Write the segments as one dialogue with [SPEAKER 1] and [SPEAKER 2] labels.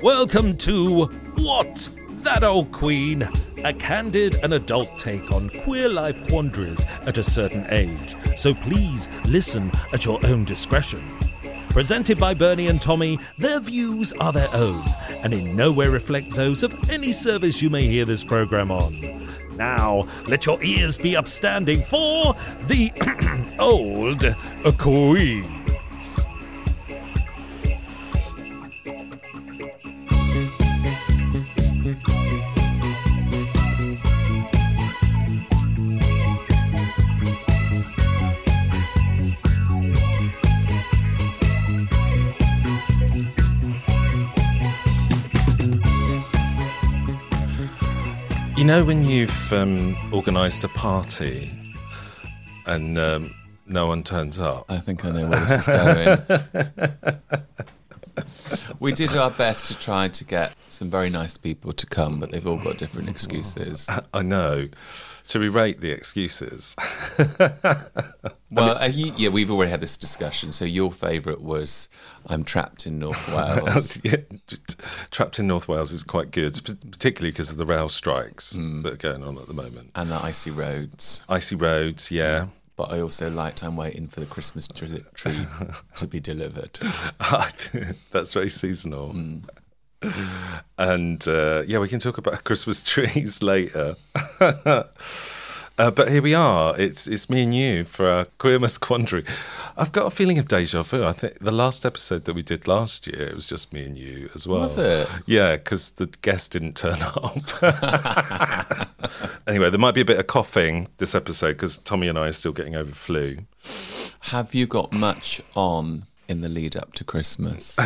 [SPEAKER 1] Welcome to What? That Old Queen, a candid and adult take on queer life quandaries at a certain age. So please listen at your own discretion. Presented by Bernie and Tommy, their views are their own and in no way reflect those of any service you may hear this program on. Now, let your ears be upstanding for the old queen.
[SPEAKER 2] You know when you've um, organised a party and um, no one turns up?
[SPEAKER 3] I think I know where this is going. we did our best to try to get some very nice people to come, but they've all got different excuses.
[SPEAKER 2] I know. Should we rate the excuses?
[SPEAKER 3] Well, uh, you, yeah, we've already had this discussion. So your favourite was "I'm trapped in North Wales."
[SPEAKER 2] Yeah, t- Trapped in North Wales is quite good, p- particularly because of the rail strikes that are going on at the moment.
[SPEAKER 3] And the icy roads,
[SPEAKER 2] Icy roads, yeah.
[SPEAKER 3] but I also liked I'm waiting for the Christmas tree, tree to be delivered.
[SPEAKER 2] That's very seasonal.
[SPEAKER 3] Hmm.
[SPEAKER 2] And uh, yeah, we can talk about Christmas trees later. uh, but here we are. It's it's me and you for our Queermas quandary. I've got a feeling of deja vu. I think the last episode that we did last year, it was just me and you as well.
[SPEAKER 3] Was it?
[SPEAKER 2] Yeah, because the guest didn't turn up. anyway, there might be a bit of coughing this episode because Tommy and I are still getting over flu.
[SPEAKER 3] Have you got much on in the lead up to Christmas?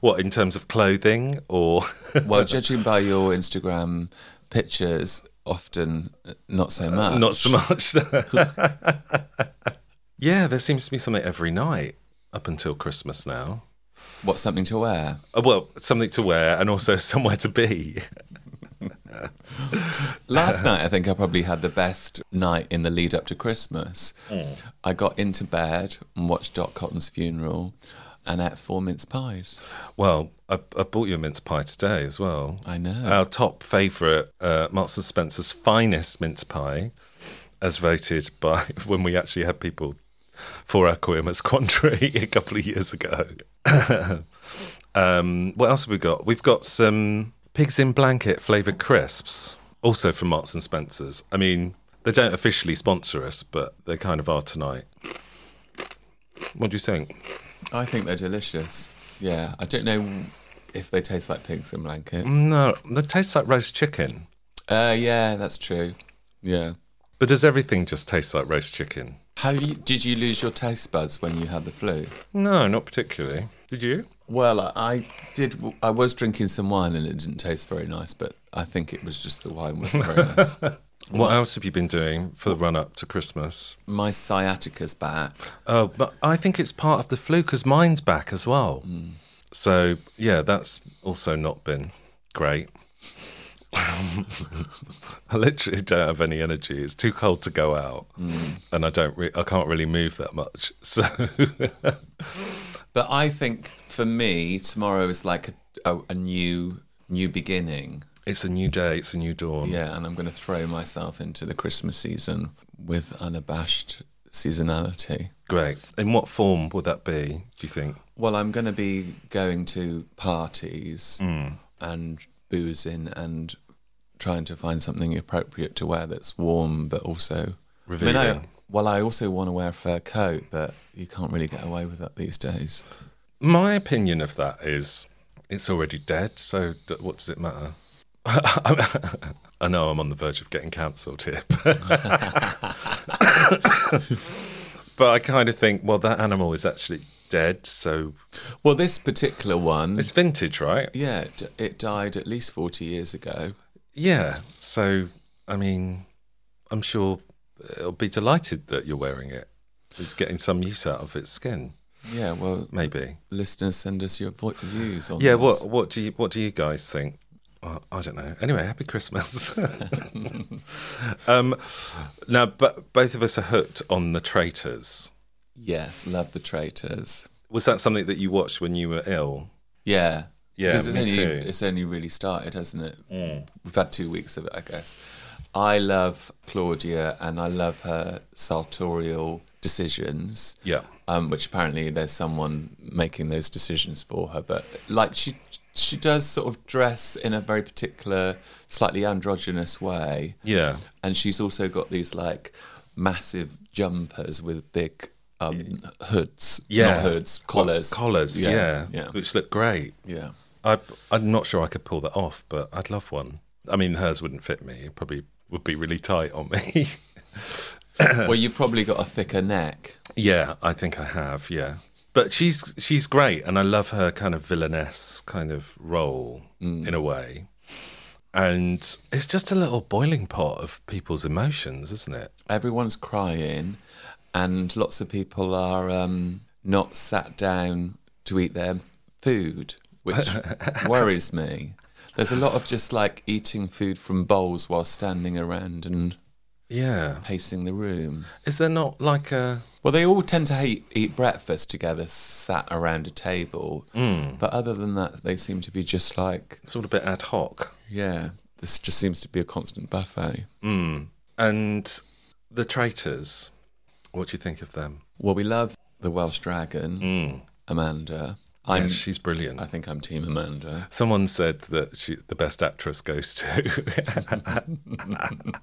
[SPEAKER 2] What in terms of clothing or?
[SPEAKER 3] Well, judging by your Instagram pictures, often uh, not so much.
[SPEAKER 2] Not so much. yeah, there seems to be something every night up until Christmas now.
[SPEAKER 3] What's something to wear?
[SPEAKER 2] Uh, well, something to wear and also somewhere to be.
[SPEAKER 3] Last night, I think I probably had the best night in the lead up to Christmas. I got into bed and watched Dot Cotton's funeral and ate four mince pies.
[SPEAKER 2] Well, I, I bought you a mince pie today as well.
[SPEAKER 3] I know.
[SPEAKER 2] Our top favourite, uh, Marks and Spencer's finest mince pie, as voted by when we actually had people for our Queermas Quandary a couple of years ago. um, what else have we got? We've got some pigs in blanket flavoured crisps, also from Marks and Spencer's. I mean, they don't officially sponsor us, but they kind of are tonight. What do you think?
[SPEAKER 3] I think they're delicious. Yeah, I don't know if they taste like pigs in blankets.
[SPEAKER 2] No, they taste like roast chicken.
[SPEAKER 3] Uh, yeah, that's true. Yeah.
[SPEAKER 2] But does everything just taste like roast chicken?
[SPEAKER 3] Have you, did you lose your taste buds when you had the flu?
[SPEAKER 2] No, not particularly. Did you?
[SPEAKER 3] Well, I- I did. I was drinking some wine and it didn't taste very nice, but I think it was just the wine wasn't very nice.
[SPEAKER 2] What else have you been doing for the run up to Christmas?
[SPEAKER 3] My sciatica's back.
[SPEAKER 2] Oh, but I think it's part of the flu because mine's back as well. So, yeah, that's also not been great. I literally don't have any energy. It's too cold to go out, and I don't. Re- I can't really move that much. So,
[SPEAKER 3] But I think for me, tomorrow is like a, a, a new new beginning.
[SPEAKER 2] it's a new day. It's a new dawn.
[SPEAKER 3] Yeah, and I'm going to throw myself into the Christmas season with unabashed seasonality.
[SPEAKER 2] Great. In what form would that be, do you think?
[SPEAKER 3] Well, I'm going to be going to parties
[SPEAKER 2] Mm.
[SPEAKER 3] and boozing and trying to find something appropriate to wear that's warm but also I mean, I,
[SPEAKER 2] Revealing.
[SPEAKER 3] well, I also want to wear a fur coat, but you can't really get away with that these days.
[SPEAKER 2] My opinion of that is it's already dead, so d- what does it matter? I know I'm on the verge of getting cancelled here, but, but I kind of think, well, that animal is actually dead, so
[SPEAKER 3] Well, this particular one,
[SPEAKER 2] it's vintage, right?
[SPEAKER 3] yeah, it, d- it died at least 40 years ago.
[SPEAKER 2] Yeah. So, I mean, I'm sure it'll be delighted that you're wearing it. It's getting some use out of its skin,
[SPEAKER 3] Yeah, well,
[SPEAKER 2] maybe.
[SPEAKER 3] listeners, send us your vo- views on
[SPEAKER 2] Yeah.
[SPEAKER 3] this.
[SPEAKER 2] What What do you What do you guys think? Well, I don't know. Anyway, happy Christmas. um, now, but both of us are hooked on the traitors.
[SPEAKER 3] Yes, love the traitors.
[SPEAKER 2] Was that something that you watched when you were ill?
[SPEAKER 3] Yeah.
[SPEAKER 2] Yeah,
[SPEAKER 3] Because it's
[SPEAKER 2] me
[SPEAKER 3] only
[SPEAKER 2] too. Mm.
[SPEAKER 3] it's only really started, hasn't it? We've had two weeks of it, I guess. I love Claudia and I love her sartorial decisions.
[SPEAKER 2] Yeah.
[SPEAKER 3] Um, which apparently there's someone making those decisions for her, but like she she does sort of dress in a very particular, slightly androgynous way.
[SPEAKER 2] Yeah.
[SPEAKER 3] And she's also got these like massive jumpers with big um, hoods.
[SPEAKER 2] Yeah.
[SPEAKER 3] Not hoods, collars.
[SPEAKER 2] Collars. Yeah.
[SPEAKER 3] Yeah.
[SPEAKER 2] Which look great.
[SPEAKER 3] yeah.
[SPEAKER 2] I, I'm not sure I could pull that off, but I'd love one. I mean, hers wouldn't fit me. It probably would be really tight on me.
[SPEAKER 3] Well, you've probably got a thicker neck.
[SPEAKER 2] yeah, I think I have. Yeah, but she's she's great, and I love her kind of villainess kind of role in a way. And it's just a little boiling pot of people's emotions, isn't it?
[SPEAKER 3] Everyone's crying, and lots of people are um, not sat down to eat their food, which worries me. There's a lot of just like eating food from bowls while standing around and
[SPEAKER 2] Yeah.
[SPEAKER 3] pacing the room.
[SPEAKER 2] Is there not like a
[SPEAKER 3] Well, they all tend to hate, eat breakfast together, sat around a table. But other than that, they seem to be just like,
[SPEAKER 2] it's all a bit ad hoc?
[SPEAKER 3] yeah, this just seems to be a constant buffet.
[SPEAKER 2] And the traitors, what do you think of them?
[SPEAKER 3] Well, we love the Welsh dragon, Amanda.
[SPEAKER 2] Yeah,
[SPEAKER 3] I'm,
[SPEAKER 2] she's brilliant.
[SPEAKER 3] I think I'm Team Amanda.
[SPEAKER 2] Someone said that she, the best actress goes to.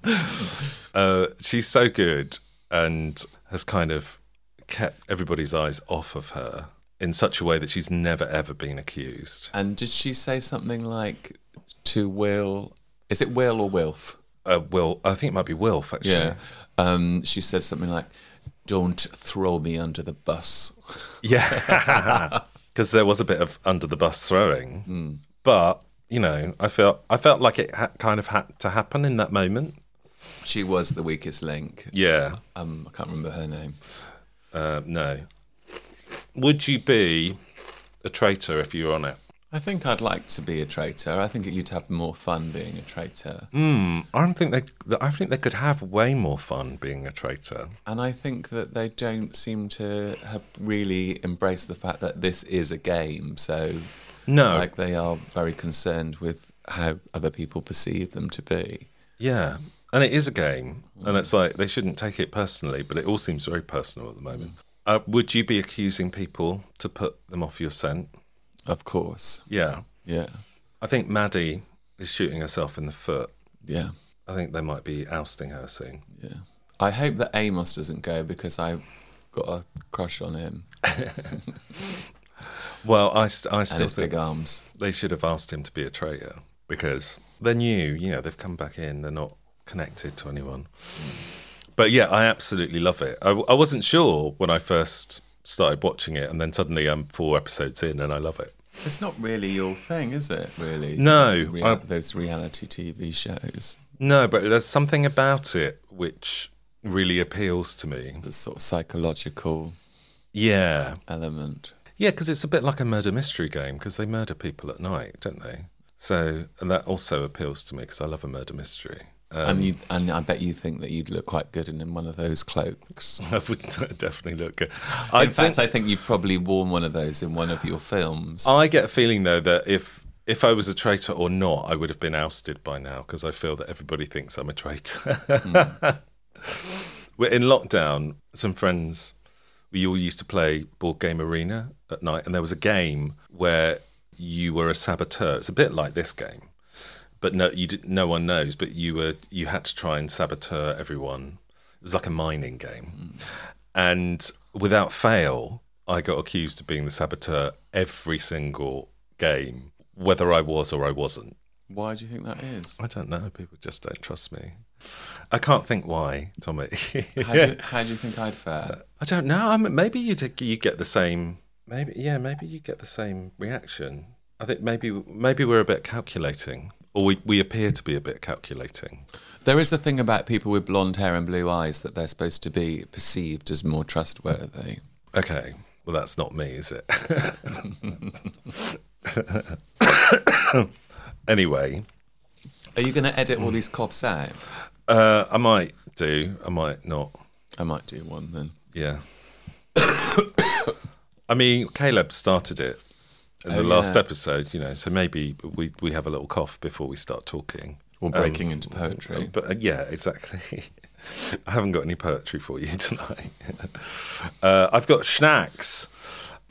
[SPEAKER 2] uh, she's so good and has kind of kept everybody's eyes off of her in such a way that she's never ever been accused.
[SPEAKER 3] And did she say something like to Will? Is it Will or Wilf?
[SPEAKER 2] Uh, Will, I think it might be Wilf actually.
[SPEAKER 3] Um, she said something like, "Don't throw me under the bus."
[SPEAKER 2] Yeah. Because there was a bit of under the bus throwing, but you know, I felt I felt like it ha- kind of had to happen in that moment.
[SPEAKER 3] She was the weakest link.
[SPEAKER 2] Yeah.
[SPEAKER 3] Um, I can't remember her name.
[SPEAKER 2] Uh, no. Would you be a traitor if you were on it?
[SPEAKER 3] I think I'd like to be a traitor. I think you'd have more fun being a traitor.
[SPEAKER 2] I don't think they. th- I think they could have way more fun being a traitor.
[SPEAKER 3] And I think that they don't seem to have really embraced the fact that this is a game. So,
[SPEAKER 2] No.
[SPEAKER 3] like, they are very concerned with how other people perceive them to be.
[SPEAKER 2] Yeah, and it is a game, and it's like they shouldn't take it personally, but it all seems very personal at the moment. Uh, would you be accusing people to put them off your scent?
[SPEAKER 3] Of course.
[SPEAKER 2] Yeah,
[SPEAKER 3] Yeah.
[SPEAKER 2] I think Maddie is shooting herself in the foot.
[SPEAKER 3] Yeah.
[SPEAKER 2] I think they might be ousting her soon.
[SPEAKER 3] Yeah. I hope that Amos doesn't go because I've got a crush on him
[SPEAKER 2] Well, I, st- I
[SPEAKER 3] and
[SPEAKER 2] still
[SPEAKER 3] his
[SPEAKER 2] think
[SPEAKER 3] big arms.
[SPEAKER 2] they should have asked him to be a traitor because they're new. You know, they've come back in. They're not connected to anyone. But yeah, I absolutely love it. I, I wasn't sure when I first started watching it, and then suddenly I'm four episodes in, and I love it.
[SPEAKER 3] It's not really your thing, is it, really?
[SPEAKER 2] No,
[SPEAKER 3] Rea-
[SPEAKER 2] I-
[SPEAKER 3] those reality TV shows.
[SPEAKER 2] No, but there's something about it which really appeals to me.
[SPEAKER 3] The sort of psychological
[SPEAKER 2] Yeah,
[SPEAKER 3] element.
[SPEAKER 2] yeah, because it's a bit like a murder mystery game because they murder people at night, don't they? So and that also appeals to me because I love a murder mystery.
[SPEAKER 3] and you, and I bet you think that you'd look quite good in in one of those cloaks.
[SPEAKER 2] I would definitely look good.
[SPEAKER 3] In
[SPEAKER 2] I think-
[SPEAKER 3] fact, I think you've probably worn one of those in one of your films.
[SPEAKER 2] I get a feeling though that if if I was a traitor or not, I would have been ousted by now because I feel that everybody thinks I'm a traitor. We're in lockdown. Some friends, we all used to play board game arena at night, and there was a game where you were a saboteur. It's a bit like this game, but no, you did, no one knows. But you were you had to try and saboteur everyone. It was like a mining game, and without fail, I got accused of being the saboteur every single game, whether I was or I wasn't.
[SPEAKER 3] Why do you think that is?
[SPEAKER 2] I don't know. People just don't trust me. I can't think why, Tommy.
[SPEAKER 3] How, do you, how do you think I'd fare?
[SPEAKER 2] I don't know. I mean, maybe you you get the same. Maybe yeah. Maybe you get the same reaction. I think maybe maybe we're a bit calculating, or we, we appear to be a bit calculating.
[SPEAKER 3] There is a thing about people with blonde hair and blue eyes that they're supposed to be perceived as more trustworthy.
[SPEAKER 2] Okay. Well, that's not me, is it? anyway,
[SPEAKER 3] Are you going to edit all these coughs out?
[SPEAKER 2] uh, I might do. I might not.
[SPEAKER 3] I might do one then.
[SPEAKER 2] Yeah. I mean, Caleb started it in the
[SPEAKER 3] Oh,
[SPEAKER 2] last
[SPEAKER 3] yeah.
[SPEAKER 2] episode, you know, so maybe we, we have a little cough before we start talking.
[SPEAKER 3] Or breaking into poetry.
[SPEAKER 2] But uh, yeah, exactly. I haven't got any poetry for you tonight. uh, I've got snacks.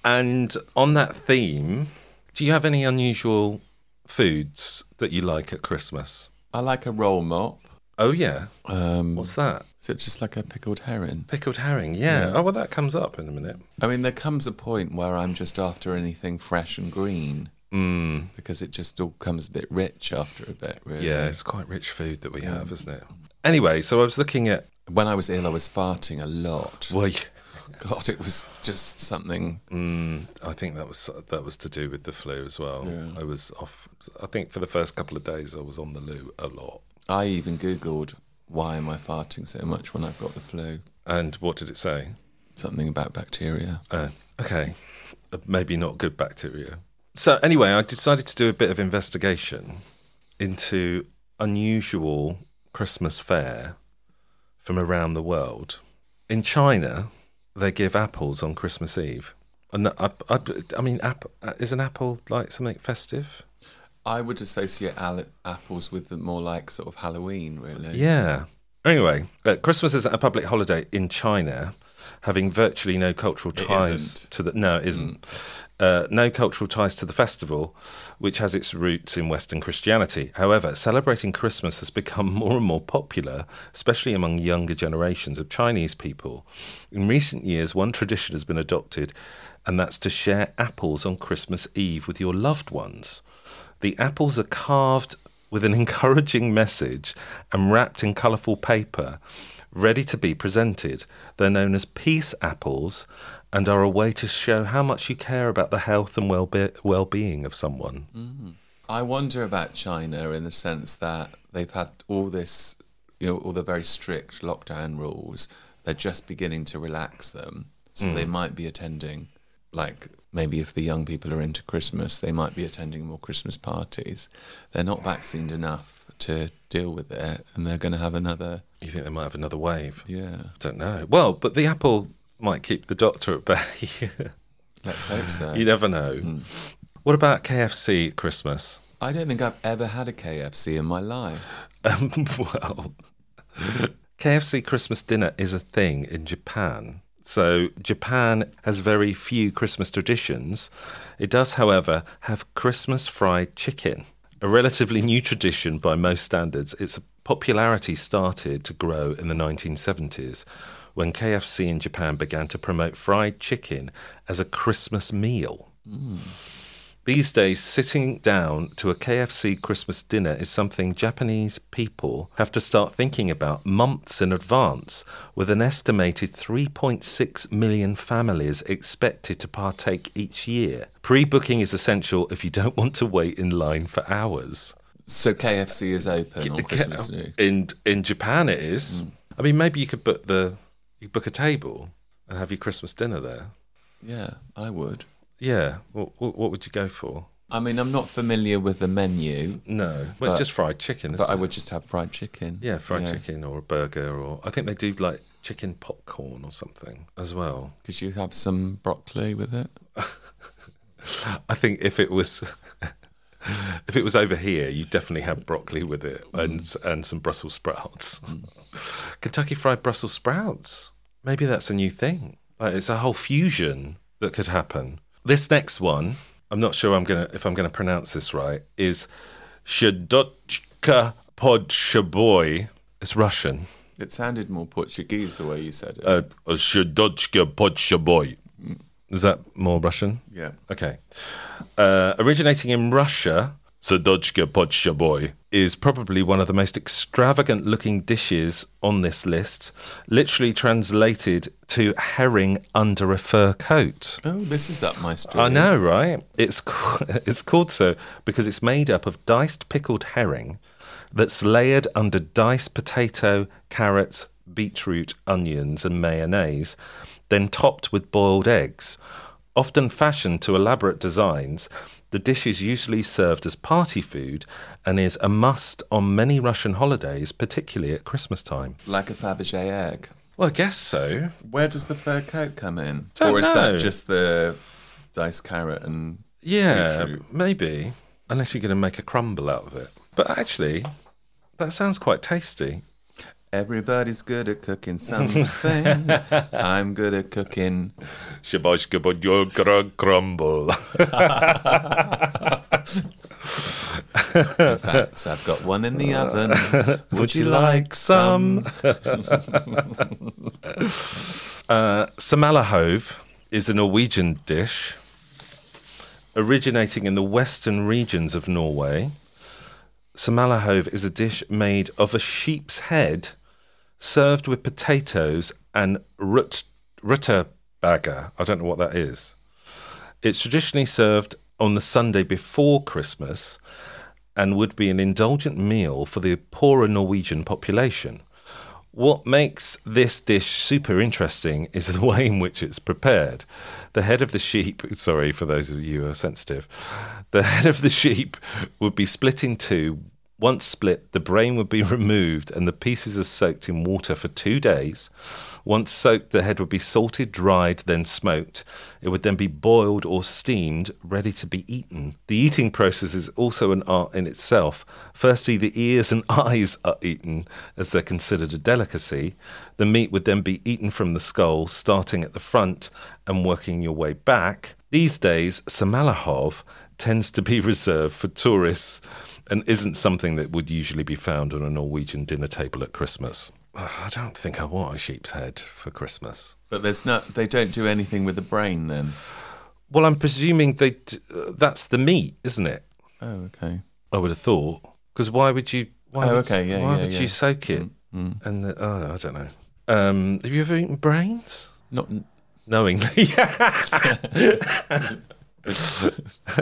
[SPEAKER 2] And on that theme, do you have any unusual foods that you like at Christmas?
[SPEAKER 3] I like a roll mop.
[SPEAKER 2] Oh, yeah.
[SPEAKER 3] Um,
[SPEAKER 2] What's that?
[SPEAKER 3] is it just like a pickled herring?
[SPEAKER 2] Pickled herring. Yeah.
[SPEAKER 3] Yeah.
[SPEAKER 2] Oh, well, that comes up in a minute.
[SPEAKER 3] I mean, there comes a point where I'm just after anything fresh and green. Mm. Because it just all comes a bit rich after a bit, really.
[SPEAKER 2] Yeah, it's quite rich food that we have, isn't it? Anyway, so I was looking at.
[SPEAKER 3] When I was ill, I was farting a lot.
[SPEAKER 2] Well, yeah,
[SPEAKER 3] God, it was just something.
[SPEAKER 2] I think that was that was to do with the flu as well. I was off. I think for the first couple of days, I was on the loo a lot.
[SPEAKER 3] I even Googled, why am I farting so much when I've got the flu?
[SPEAKER 2] And what did it say?
[SPEAKER 3] Something about bacteria.
[SPEAKER 2] Uh, okay, Uh, maybe not good bacteria. So anyway, I decided to do a bit of investigation into unusual Christmas fare from around the world. In China, they give apples on Christmas Eve, and that- I, I, I mean, app, uh, is an apple like something festive?
[SPEAKER 3] I would associate al- apples with the more like sort of Halloween, really.
[SPEAKER 2] Yeah. Anyway, uh, Christmas isn't a public holiday in China, having virtually no cultural
[SPEAKER 3] It
[SPEAKER 2] ties
[SPEAKER 3] isn't. Mm.
[SPEAKER 2] to the. No, it isn't. Uh, no cultural ties to the festival, which has its roots in Western Christianity. However, celebrating Christmas has become more and more popular, especially among younger generations of Chinese people. In recent years, one tradition has been adopted, and that's to share apples on Christmas Eve with your loved ones. The apples are carved with an encouraging message and wrapped in colourful paper, ready to be presented. They're known as peace apples and are a way to show how much you care about the health and well-be- well-being of someone.
[SPEAKER 3] I wonder about China in the sense that they've had all this, you know, all the very strict lockdown rules. They're just beginning to relax them. So they might be attending, like, maybe if the young people are into Christmas, they might be attending more Christmas parties. They're not vaccinated enough to deal with it. And they're going to have another,
[SPEAKER 2] You think they might have another wave?
[SPEAKER 3] yeah,
[SPEAKER 2] I don't know. Well, but the apple might keep the doctor at bay.
[SPEAKER 3] let's hope so.
[SPEAKER 2] you never know. What about KFC at Christmas?
[SPEAKER 3] I don't think I've ever had a KFC in my life.
[SPEAKER 2] Um, well, KFC Christmas dinner is a thing in Japan. So, Japan has very few Christmas traditions. It does, however, have Christmas fried chicken, a relatively new tradition by most standards. Its popularity started to grow in the 1970s when KFC in Japan began to promote fried chicken as a Christmas meal. These days, sitting down to a KFC Christmas dinner is something Japanese people have to start thinking about months in advance, with an estimated 3.6 million families expected to partake each year. Pre booking is essential if you don't want to wait in line for hours.
[SPEAKER 3] So KFC is open on Christmas Mm. New.
[SPEAKER 2] In, in Japan, it is. I mean, maybe you could book, the, you could book a table and have your Christmas dinner there.
[SPEAKER 3] Yeah, I would.
[SPEAKER 2] Yeah. What, what what would you go for?
[SPEAKER 3] I mean, I'm not familiar with the menu,
[SPEAKER 2] No. Well, it's
[SPEAKER 3] But-
[SPEAKER 2] just fried chicken, isn't
[SPEAKER 3] but I
[SPEAKER 2] it?
[SPEAKER 3] would just have fried chicken.
[SPEAKER 2] Yeah, fried chicken or a burger, or I think they do like chicken popcorn or something as well.
[SPEAKER 3] Could you have some broccoli with it?
[SPEAKER 2] I think if it was, If it was over here, you definitely had broccoli with it and and some Brussels sprouts. Kentucky fried Brussels sprouts. Maybe that's a new thing. Like, it's a whole fusion that could happen. This next one, I'm not sure I'm gonna if I'm gonna pronounce this right, is Shadochka Podshaboy. It's Russian.
[SPEAKER 3] It sounded more Portuguese the way you said it.
[SPEAKER 2] Uh, Shadochka Podshaboy. Is that more Russian?
[SPEAKER 3] yeah.
[SPEAKER 2] Okay. Uh, originating in Russia, Sadochka Podshaboy is probably one of the most extravagant looking dishes on this list, literally translated to herring under a fur coat.
[SPEAKER 3] Oh, this is up my street.
[SPEAKER 2] I know, right? It's ca- it's called so because it's made up of diced pickled herring that's layered under diced potato, carrots, beetroot, onions, and mayonnaise, then topped with boiled eggs. Often fashioned to elaborate designs, the dish is usually served as party food and is a must on many Russian holidays, particularly at Christmas time.
[SPEAKER 3] Like a Fabergé egg.
[SPEAKER 2] Well, I guess so.
[SPEAKER 3] Where does the fur coat come in?
[SPEAKER 2] Don't
[SPEAKER 3] or is
[SPEAKER 2] know.
[SPEAKER 3] that just the diced carrot and
[SPEAKER 2] Yeah,
[SPEAKER 3] Beetroot.
[SPEAKER 2] maybe. Unless you're going to make a crumble out of it. But actually, that sounds quite tasty.
[SPEAKER 3] everybody's good at cooking something. I'm good at cooking.
[SPEAKER 2] crumble.
[SPEAKER 3] In fact, I've got one in the oven. Uh, Would you like some?
[SPEAKER 2] Uh, Samalahove is a Norwegian dish originating in the western regions of Norway. Samalahove is a dish made of a sheep's head served with potatoes and rut, rutabaga. I don't know what that is. It's traditionally served on the Sunday before Christmas and would be an indulgent meal for the poorer Norwegian population. What makes this dish super interesting is the way in which it's prepared. The head of the sheep, sorry for those of you who are sensitive, the head of the sheep would be split in two. Once split, the brain would be removed and the pieces are soaked in water for two days. Once soaked, the head would be salted, dried, then smoked. It would then be boiled or steamed, ready to be eaten. The eating process is also an art in itself. Firstly, the ears and eyes are eaten, as they're considered a delicacy. The meat would then be eaten from the skull, starting at the front and working your way back. These days, Samalahov tends to be reserved for tourists and isn't something that would usually be found on a Norwegian dinner table at Christmas. Ugh, I don't think I want a sheep's head for Christmas.
[SPEAKER 3] But there's not. They don't do anything with the brain then.
[SPEAKER 2] Well, I'm presuming they d- uh, that's the meat, isn't it?
[SPEAKER 3] Oh, okay.
[SPEAKER 2] I would have thought. Because why would you? Why
[SPEAKER 3] Oh,
[SPEAKER 2] would,
[SPEAKER 3] okay, yeah,
[SPEAKER 2] Why
[SPEAKER 3] yeah,
[SPEAKER 2] would
[SPEAKER 3] yeah. Mm,
[SPEAKER 2] you soak it? And the, oh, I don't know. Um, have you ever eaten brains?
[SPEAKER 3] Not.
[SPEAKER 2] Knowingly,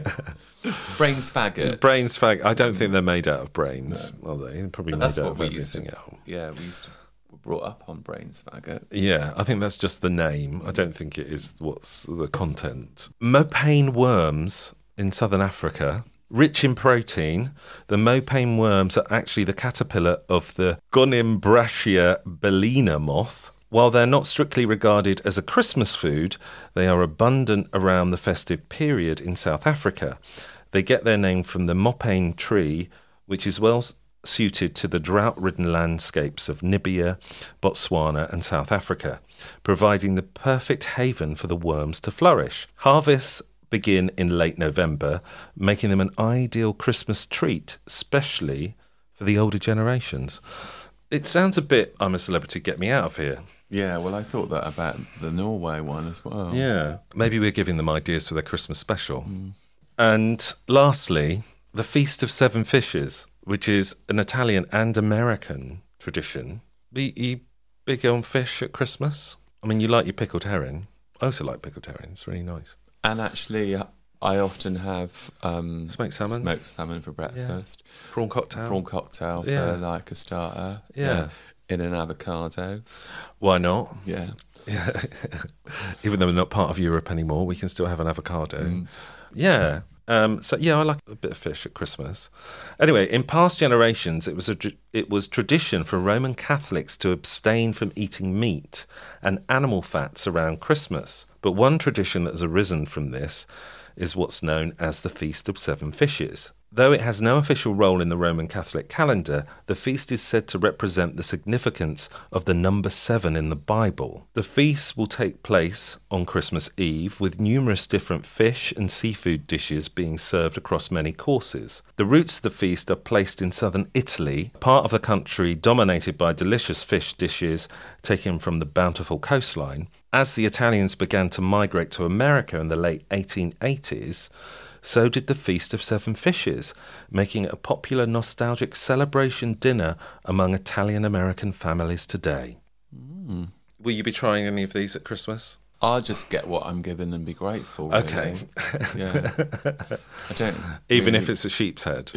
[SPEAKER 3] Brains faggot.
[SPEAKER 2] brains. Fag- I don't think they're made out of brains, are they? They're probably
[SPEAKER 3] But
[SPEAKER 2] made
[SPEAKER 3] that's
[SPEAKER 2] out
[SPEAKER 3] what
[SPEAKER 2] of
[SPEAKER 3] we used to.
[SPEAKER 2] everything else.
[SPEAKER 3] Yeah, we used to. We're brought up on brains faggot.
[SPEAKER 2] Yeah, I think that's just the name. I don't think it is what's the content. Mopane worms in southern Africa, rich in protein. The mopane worms are actually the caterpillar of the Gonimbrachia bellina moth. While they're not strictly regarded as a Christmas food, they are abundant around the festive period in South Africa. They get their name from the mopane tree, which is well suited to the drought ridden landscapes of Namibia, Botswana, and South Africa, providing the perfect haven for the worms to flourish. Harvests begin in late November, making them an ideal Christmas treat, especially for the older generations. It sounds a bit, I'm a celebrity, get me out of here.
[SPEAKER 3] Yeah. Well, I thought that about the Norway one as well.
[SPEAKER 2] Yeah. Maybe we're giving them ideas for their Christmas special. And lastly, the Feast of Seven Fishes, which is an Italian and American tradition. Are you big on fish at Christmas? I mean, you like your pickled herring. I also like pickled herring. It's really nice.
[SPEAKER 3] And actually, I often have um,
[SPEAKER 2] Smoked salmon?
[SPEAKER 3] Smoked salmon Um, for breakfast.
[SPEAKER 2] Prawn cocktail.
[SPEAKER 3] Prawn cocktail
[SPEAKER 2] Yeah.
[SPEAKER 3] for like a starter.
[SPEAKER 2] Yeah.
[SPEAKER 3] In an avocado.
[SPEAKER 2] Why not?
[SPEAKER 3] Yeah.
[SPEAKER 2] Even though we're not part of Europe anymore, we can still have an avocado. Yeah. Um, so yeah, I like a bit of fish at Christmas. Anyway, in past generations, it was a, tr- it was tradition for Roman Catholics to abstain from eating meat and animal fats around Christmas. But one tradition that has arisen from this is what's known as the Feast of Seven Fishes. Though it has no official role in the Roman Catholic calendar, the feast is said to represent the significance of the number seven in the Bible. The feast will take place on Christmas Eve, with numerous different fish and seafood dishes being served across many courses. The roots of the feast are placed in southern Italy, part of the country dominated by delicious fish dishes taken from the bountiful coastline. As the Italians began to migrate to America in the late 1880s, so did the Feast of Seven Fishes, making it a popular nostalgic celebration dinner among Italian American families today.
[SPEAKER 3] Hmm.
[SPEAKER 2] Will you be trying any of these at Christmas?
[SPEAKER 3] I'll just get what I'm given and be grateful. really.
[SPEAKER 2] Okay.
[SPEAKER 3] Mm. Yeah. I don't.
[SPEAKER 2] Even
[SPEAKER 3] really-
[SPEAKER 2] if it's a sheep's head.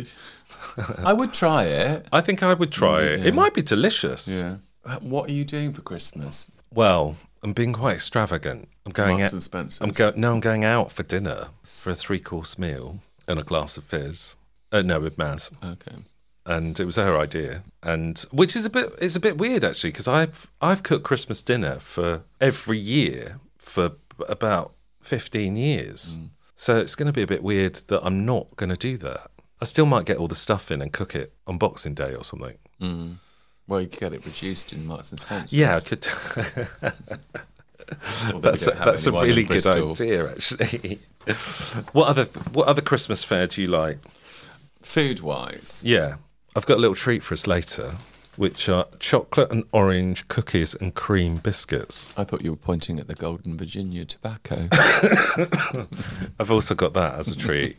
[SPEAKER 3] I would try it.
[SPEAKER 2] I think I would try it.
[SPEAKER 3] Yeah.
[SPEAKER 2] It might be delicious.
[SPEAKER 3] Yeah. Uh, What are you doing for Christmas?
[SPEAKER 2] Well, I'm being quite extravagant. I'm going
[SPEAKER 3] Marks
[SPEAKER 2] out.
[SPEAKER 3] and Spencers.
[SPEAKER 2] I'm go- no, I'm going out for dinner for a three-course meal and a glass of fizz. Uh, no, with Maz.
[SPEAKER 3] Okay.
[SPEAKER 2] and it was her idea and which is a bit it's a bit weird actually because i've i've cooked christmas dinner for every year for about 15 years
[SPEAKER 3] Mm.
[SPEAKER 2] so it's going to be a bit weird that i'm not going to do that i still might get all the stuff in and cook it on boxing day or something
[SPEAKER 3] Well, you could get it reduced in Marks and Spencers.
[SPEAKER 2] yeah i could
[SPEAKER 3] Although we
[SPEAKER 2] that's a,
[SPEAKER 3] don't have
[SPEAKER 2] that's a
[SPEAKER 3] anyone in
[SPEAKER 2] really good
[SPEAKER 3] Bristol.
[SPEAKER 2] idea actually what other what other christmas fare do you like
[SPEAKER 3] Food wise,
[SPEAKER 2] Yeah. I've got a little treat for us later, which are chocolate and orange cookies and cream biscuits.
[SPEAKER 3] I thought you were pointing at the Golden Virginia tobacco.
[SPEAKER 2] I've also got that as a treat.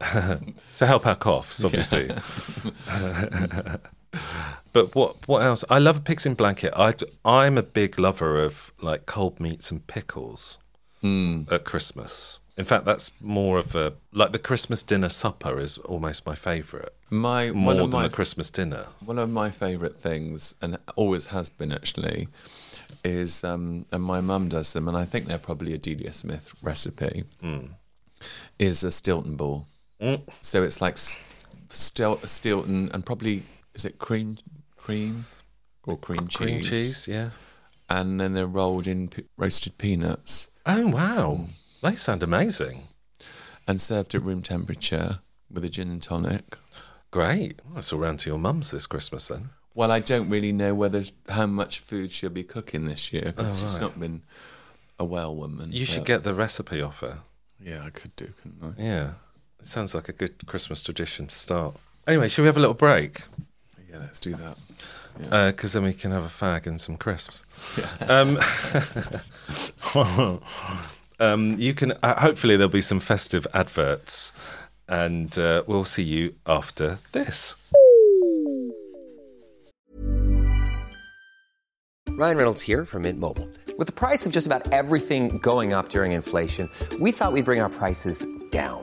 [SPEAKER 2] to help our coughs, obviously. but what what else? I love a pigs in blanket. I I'm a big lover of like cold meats and pickles
[SPEAKER 3] Mm.
[SPEAKER 2] at Christmas. In fact, that's more of a like the Christmas dinner supper is almost my favourite,
[SPEAKER 3] My
[SPEAKER 2] more
[SPEAKER 3] one of
[SPEAKER 2] than
[SPEAKER 3] my
[SPEAKER 2] the Christmas dinner.
[SPEAKER 3] One of my favourite things, and always has been actually, is um, and my mum does them, and I think they're probably a Delia Smith recipe. Is a Stilton ball, so it's like s- stil- Stilton, and probably is it cream, cream, or cream cheese,
[SPEAKER 2] Cream cheese, yeah.
[SPEAKER 3] and then they're rolled in p- roasted peanuts
[SPEAKER 2] Oh wow,
[SPEAKER 3] Mm.
[SPEAKER 2] they sound amazing!
[SPEAKER 3] and served at room temperature with a gin and tonic.
[SPEAKER 2] Great. Well, it's all round to your mum's this Christmas then.
[SPEAKER 3] Well, I don't really know whether how much food she'll be cooking this year because she's not been a well woman.
[SPEAKER 2] Oh, You should
[SPEAKER 3] but-
[SPEAKER 2] get the recipe off her.
[SPEAKER 3] Yeah, I could do, couldn't I?
[SPEAKER 2] Yeah, it sounds like a good Christmas tradition to start. Anyway, should we have a little break?
[SPEAKER 3] Yeah, let's do that.
[SPEAKER 2] Because then we can have a fag and some crisps. Um, um, you can. Uh, hopefully, there'll be some festive adverts, and uh, we'll see you after this.
[SPEAKER 4] Ryan Reynolds here from Mint Mobile. With the price of just about everything going up during inflation, we thought we'd bring our prices down.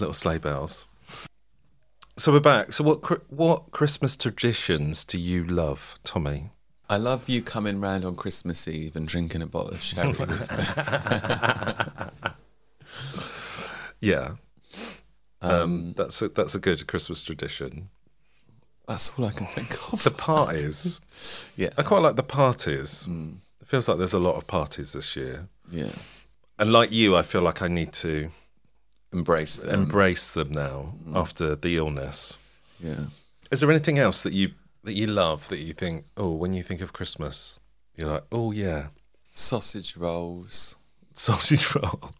[SPEAKER 2] Little sleigh bells. So we're back. So what Chri- what Christmas traditions do you love, Tommy?
[SPEAKER 3] I love you coming round on Christmas Eve and drinking a bottle of sherry. with me.
[SPEAKER 2] Yeah. Um, that's a that's a good Christmas tradition.
[SPEAKER 3] That's all I can think of.
[SPEAKER 2] The parties.
[SPEAKER 3] Yeah. Hmm.
[SPEAKER 2] I quite like the parties. It feels like there's a lot of parties this year.
[SPEAKER 3] Yeah.
[SPEAKER 2] And like you, I feel like I need to
[SPEAKER 3] Embrace them.
[SPEAKER 2] embrace them now
[SPEAKER 3] Hmm.
[SPEAKER 2] after the illness.
[SPEAKER 3] yeah.
[SPEAKER 2] Is there anything else that you that you love that you think, oh, when you think of Christmas, you're like, oh yeah,
[SPEAKER 3] Sausage rolls.
[SPEAKER 2] sausage roll.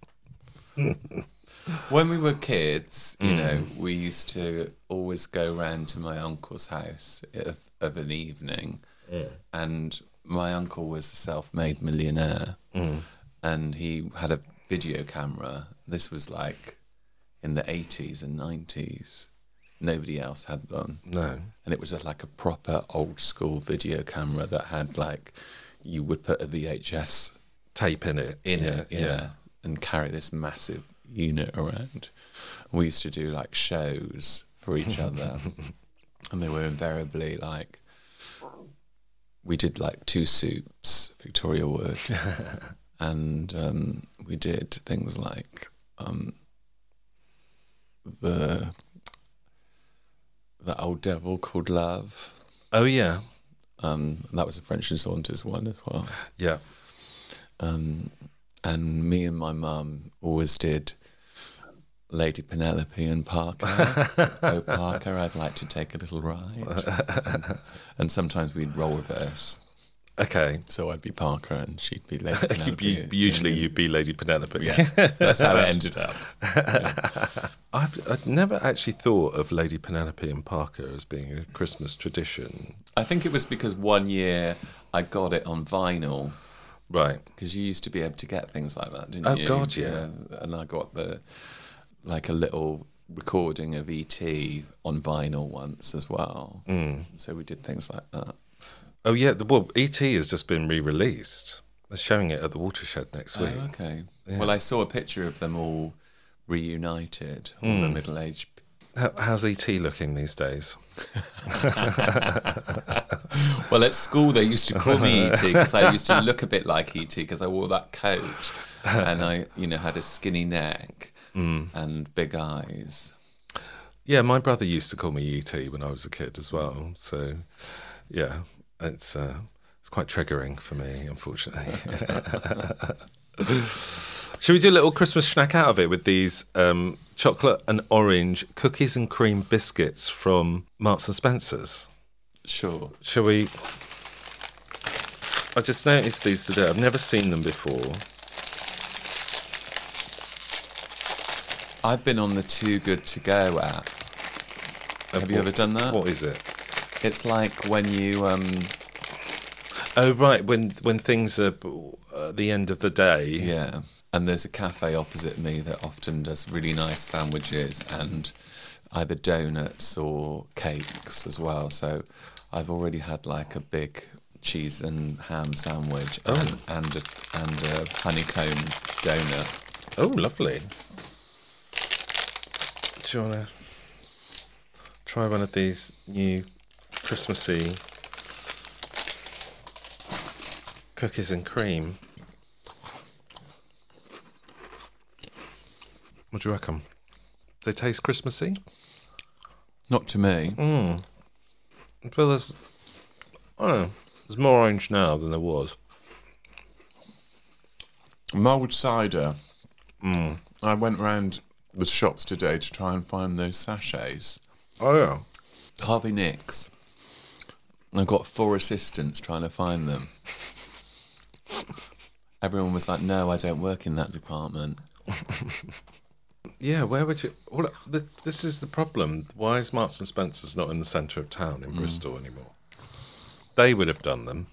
[SPEAKER 3] When we were kids, you know, we used to always go round to my uncle's house of, of an evening. And my uncle was a self made millionaire. And he had a video camera. This was like in the 80s and 90s. Nobody else had one.
[SPEAKER 2] No.
[SPEAKER 3] And it was a, like a proper old school video camera that had like, you would put a VHS
[SPEAKER 2] Tape in it.
[SPEAKER 3] in it, yeah, and carry this massive unit around. We used to do like shows for each other, and they were invariably like we did like two soups, Victoria Wood, and um, we did things like um, the the old devil called love.
[SPEAKER 2] Oh yeah.
[SPEAKER 3] Um, that was a French and Saunders one as well
[SPEAKER 2] Yeah.
[SPEAKER 3] um, and me and my mum always did Lady Penelope and Parker. oh, Parker, I'd like to take a little ride. And- and sometimes we'd role reverse.
[SPEAKER 2] Okay.
[SPEAKER 3] So I'd be Parker and she'd be Lady Penelope.
[SPEAKER 2] You- usually you'd be Lady Penelope.
[SPEAKER 3] Yeah, that's how it ended up.
[SPEAKER 2] I've, I'd never actually thought of Lady Penelope and Parker as being a Christmas tradition.
[SPEAKER 3] I think it was because one year I got it on vinyl
[SPEAKER 2] Right.
[SPEAKER 3] because you used to be able to get things like that, didn't
[SPEAKER 2] Oh,
[SPEAKER 3] you?
[SPEAKER 2] God, yeah.
[SPEAKER 3] And I got the like a little recording of ET on vinyl once as well. Mm. So we did things like that.
[SPEAKER 2] Oh yeah. The, well, ET has just been re-released. They're showing it at the Watershed next week.
[SPEAKER 3] Oh, okay. Well, I saw a picture of them all reunited, all
[SPEAKER 2] Mm.
[SPEAKER 3] the middle-aged. p-
[SPEAKER 2] How, how's ET looking these days?
[SPEAKER 3] Well, at school they used to call me ET because I used to look a bit like ET because I wore that coat and I, you know, had a skinny neck
[SPEAKER 2] Mm.
[SPEAKER 3] and big eyes.
[SPEAKER 2] Yeah, my brother used to call me ET when I was a kid as well. So, yeah, it's uh, it's quite triggering for me, unfortunately. Should we do a little Christmas snack out of it with these um, chocolate and orange cookies and cream biscuits from Marks and Spencers?
[SPEAKER 3] Sure.
[SPEAKER 2] Shall we? I just noticed these today. I've never seen them before.
[SPEAKER 3] I've been on the Too Good to Go app. Have you
[SPEAKER 2] What-
[SPEAKER 3] ever done that?
[SPEAKER 2] What is it?
[SPEAKER 3] It's like when you um
[SPEAKER 2] Oh, right. When when things are uh, at the end of the day.
[SPEAKER 3] yeah, and there's a cafe opposite me that often does really nice sandwiches and either donuts or cakes as well. So I've already had like a big cheese and ham sandwich and and a, and a honeycomb donut.
[SPEAKER 2] Oh, lovely. Do you want to try one of these new Christmassy cookies and cream? What do you reckon? Do they taste Christmassy?
[SPEAKER 3] Not to me.
[SPEAKER 2] I feel there's, I don't know, there's more orange now than there was.
[SPEAKER 3] Mulled cider. I went round the shops today to try and find those sachets.
[SPEAKER 2] Oh, yeah.
[SPEAKER 3] Harvey Nicks I got four assistants trying to find them. Everyone was like, "No, I don't work in that department."
[SPEAKER 2] Yeah, where would you? Well, the, this is the problem. Why is Marks and Spencer's not in the centre of town in Bristol anymore? They would have done them.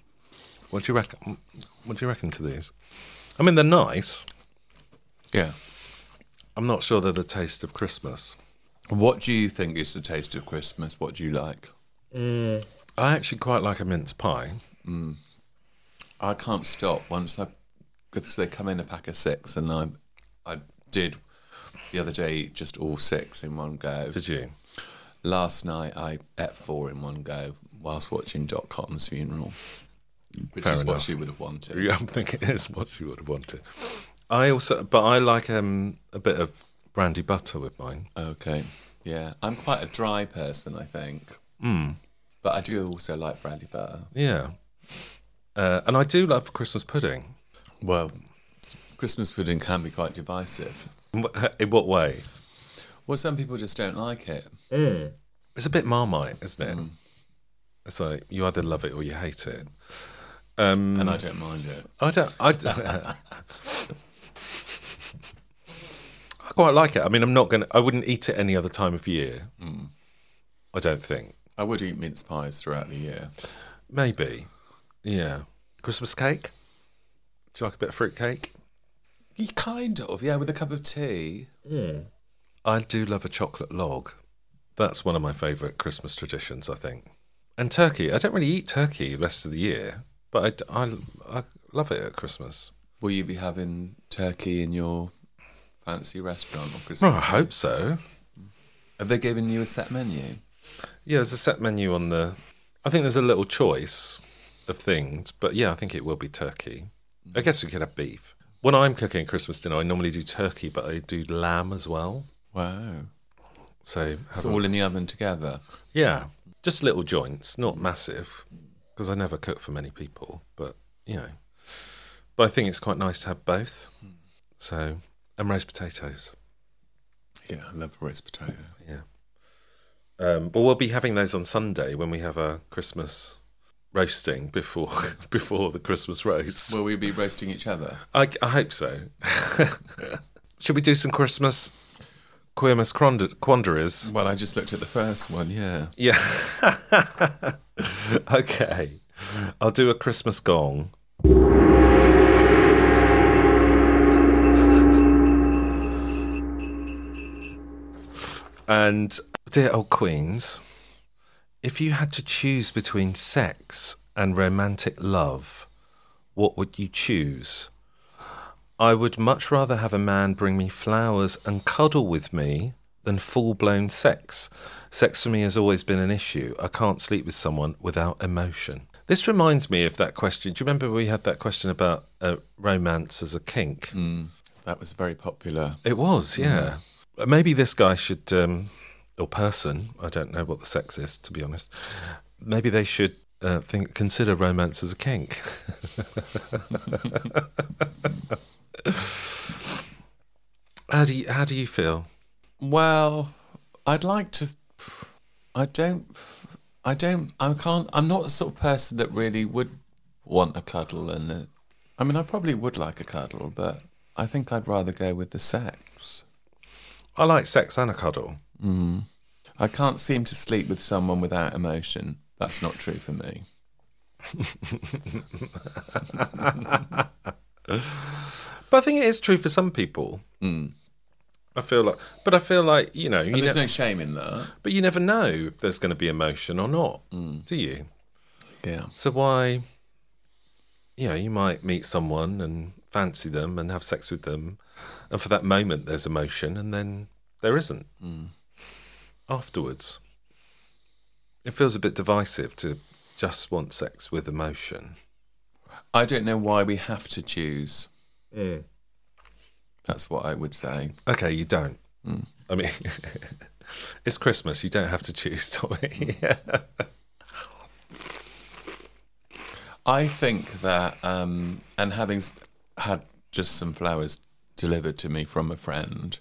[SPEAKER 2] What do you reckon? What do you reckon to these? I mean, they're nice.
[SPEAKER 3] Yeah.
[SPEAKER 2] I'm not sure they're the taste of Christmas.
[SPEAKER 3] What do you think is the taste of Christmas? What do you like?
[SPEAKER 2] I actually quite like a mince pie.
[SPEAKER 3] I can't stop once I because they come in a pack of six, and I I did the other day eat just all six in one go.
[SPEAKER 2] Did you?
[SPEAKER 3] Last night I ate four in one go whilst watching Dot Cotton's funeral, which
[SPEAKER 2] Fair
[SPEAKER 3] is what
[SPEAKER 2] enough.
[SPEAKER 3] she would have wanted.
[SPEAKER 2] Yeah, I think it is what you would have wanted. I also, but I like um, a bit of brandy butter with mine.
[SPEAKER 3] Okay. Yeah, I'm quite a dry person, I think. Hmm. But I do also like brandy butter.
[SPEAKER 2] Yeah, uh, and I do love Christmas pudding.
[SPEAKER 3] Well, Christmas pudding can be quite divisive.
[SPEAKER 2] In wh- in what way?
[SPEAKER 3] Well, some people just don't like it.
[SPEAKER 2] It's a bit marmite, isn't it? It's like you either love it or you hate it. Um,
[SPEAKER 3] And I don't mind it.
[SPEAKER 2] I don't. I, d- I quite like it. I mean, I'm not gonna. I wouldn't eat it any other time of year. I don't think.
[SPEAKER 3] I would eat mince pies throughout the year.
[SPEAKER 2] Maybe. Yeah. Christmas cake. Do you like a bit of fruit cake?
[SPEAKER 3] Y- Kind of, yeah, with a cup of tea.
[SPEAKER 2] I do love a chocolate log. That's one of my favourite Christmas traditions, I think. And turkey. I don't really eat turkey the rest of the year, but I d- I, I love it at Christmas.
[SPEAKER 3] Will you be having turkey in your fancy restaurant on Christmas?
[SPEAKER 2] Well, Oh, I hope so.
[SPEAKER 3] Have they given you a set menu?
[SPEAKER 2] Yeah, there's a set menu on the. I think there's a little choice of things, but yeah, I think it will be turkey. I guess we could have beef. When I'm cooking Christmas dinner, I normally do turkey, but I do lamb as well.
[SPEAKER 3] Wow.
[SPEAKER 2] So
[SPEAKER 3] It's
[SPEAKER 2] have a-
[SPEAKER 3] all in the oven together.
[SPEAKER 2] Yeah, just little joints, not massive, because I never cook for many people. But you know, but I think it's quite nice to have both. So and roast potatoes.
[SPEAKER 3] Yeah, I love roast potato.
[SPEAKER 2] Yeah. Um, but we'll be having those on Sunday when we have our Christmas roasting before before the Christmas roast.
[SPEAKER 3] Will we be roasting each other?
[SPEAKER 2] I, I hope so. Should we do some Christmas queermas quand- quandaries?
[SPEAKER 3] Well, I just looked at the first one, yeah.
[SPEAKER 2] Yeah. okay. I'll do a Christmas gong. And dear old queens, if you had to choose between sex and romantic love, what would you choose? I would much rather have a man bring me flowers and cuddle with me than full blown sex. Sex for me has always been an issue. I can't sleep with someone without emotion. This reminds me of that question. Do you remember we had that question about uh, romance as a kink?
[SPEAKER 3] That was very popular.
[SPEAKER 2] It was, yeah.
[SPEAKER 3] Hmm.
[SPEAKER 2] Uh, Maybe this guy should, um, or person, I don't know what the sex is, to be honest. Maybe they should uh, think, consider romance as a kink. how do you, how do you feel?
[SPEAKER 3] Well, I'd like to. I don't. I don't. I can't. I'm not the sort of person that really would want a cuddle. And a, I mean, I probably would like a cuddle, but I think I'd rather go with the sex.
[SPEAKER 2] I like sex and a cuddle.
[SPEAKER 3] I can't seem to sleep with someone without emotion. That's not true for me.
[SPEAKER 2] But I think it is true for some people. I feel like, but I feel like you know, you
[SPEAKER 3] Hmm. And there's
[SPEAKER 2] ne-
[SPEAKER 3] no Hmm. shame in that.
[SPEAKER 2] but you never know if there's going to be emotion or not, do you?
[SPEAKER 3] Yeah.
[SPEAKER 2] So why, you know, you might meet someone and fancy them and have sex with them, and for that moment there's emotion, and then there isn't afterwards. It feels a bit divisive to just want sex with emotion.
[SPEAKER 3] I don't know why we have to choose. That's what I would say.
[SPEAKER 2] Okay, you don't. I mean, it's Christmas. You don't have to choose, Tommy.
[SPEAKER 3] I think that, um, and having s- had just some flowers delivered to me from a friend,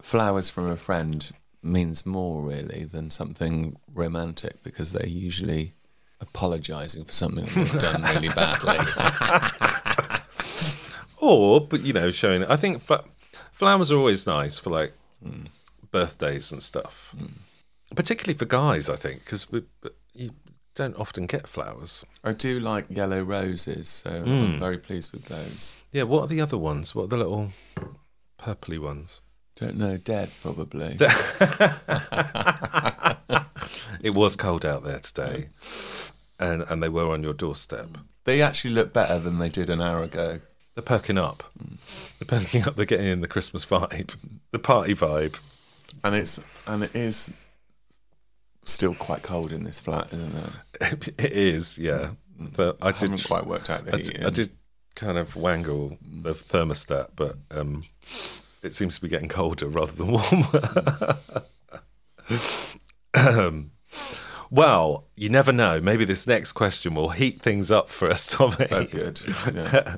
[SPEAKER 3] flowers from a friend means more really than something romantic because they usually apologising for something that they've done really badly.
[SPEAKER 2] Or, but you know, showing. I think fl- flowers are always nice for like birthdays and stuff, particularly for guys. I think because we but you don't often get flowers.
[SPEAKER 3] I do like yellow roses, so I'm very pleased with those.
[SPEAKER 2] Yeah. What are the other ones? What are the little purpley ones?
[SPEAKER 3] Don't know, dead probably.
[SPEAKER 2] It was cold out there today, and and they were on your doorstep.
[SPEAKER 3] They actually look better than they did an hour ago.
[SPEAKER 2] They're perking up. They're perking up. They're getting in the Christmas vibe, the party vibe.
[SPEAKER 3] And it's and it is still quite cold in this flat, isn't it?
[SPEAKER 2] It is, yeah. But I,
[SPEAKER 3] I,
[SPEAKER 2] did
[SPEAKER 3] haven't quite worked out the
[SPEAKER 2] I
[SPEAKER 3] heat.
[SPEAKER 2] did,
[SPEAKER 3] in.
[SPEAKER 2] I did kind of wangle the thermostat, but um, it seems to be getting colder rather than warmer. um, well, you never know. Maybe this next question will heat things up for us, Tommy.
[SPEAKER 3] Oh, good. Yeah.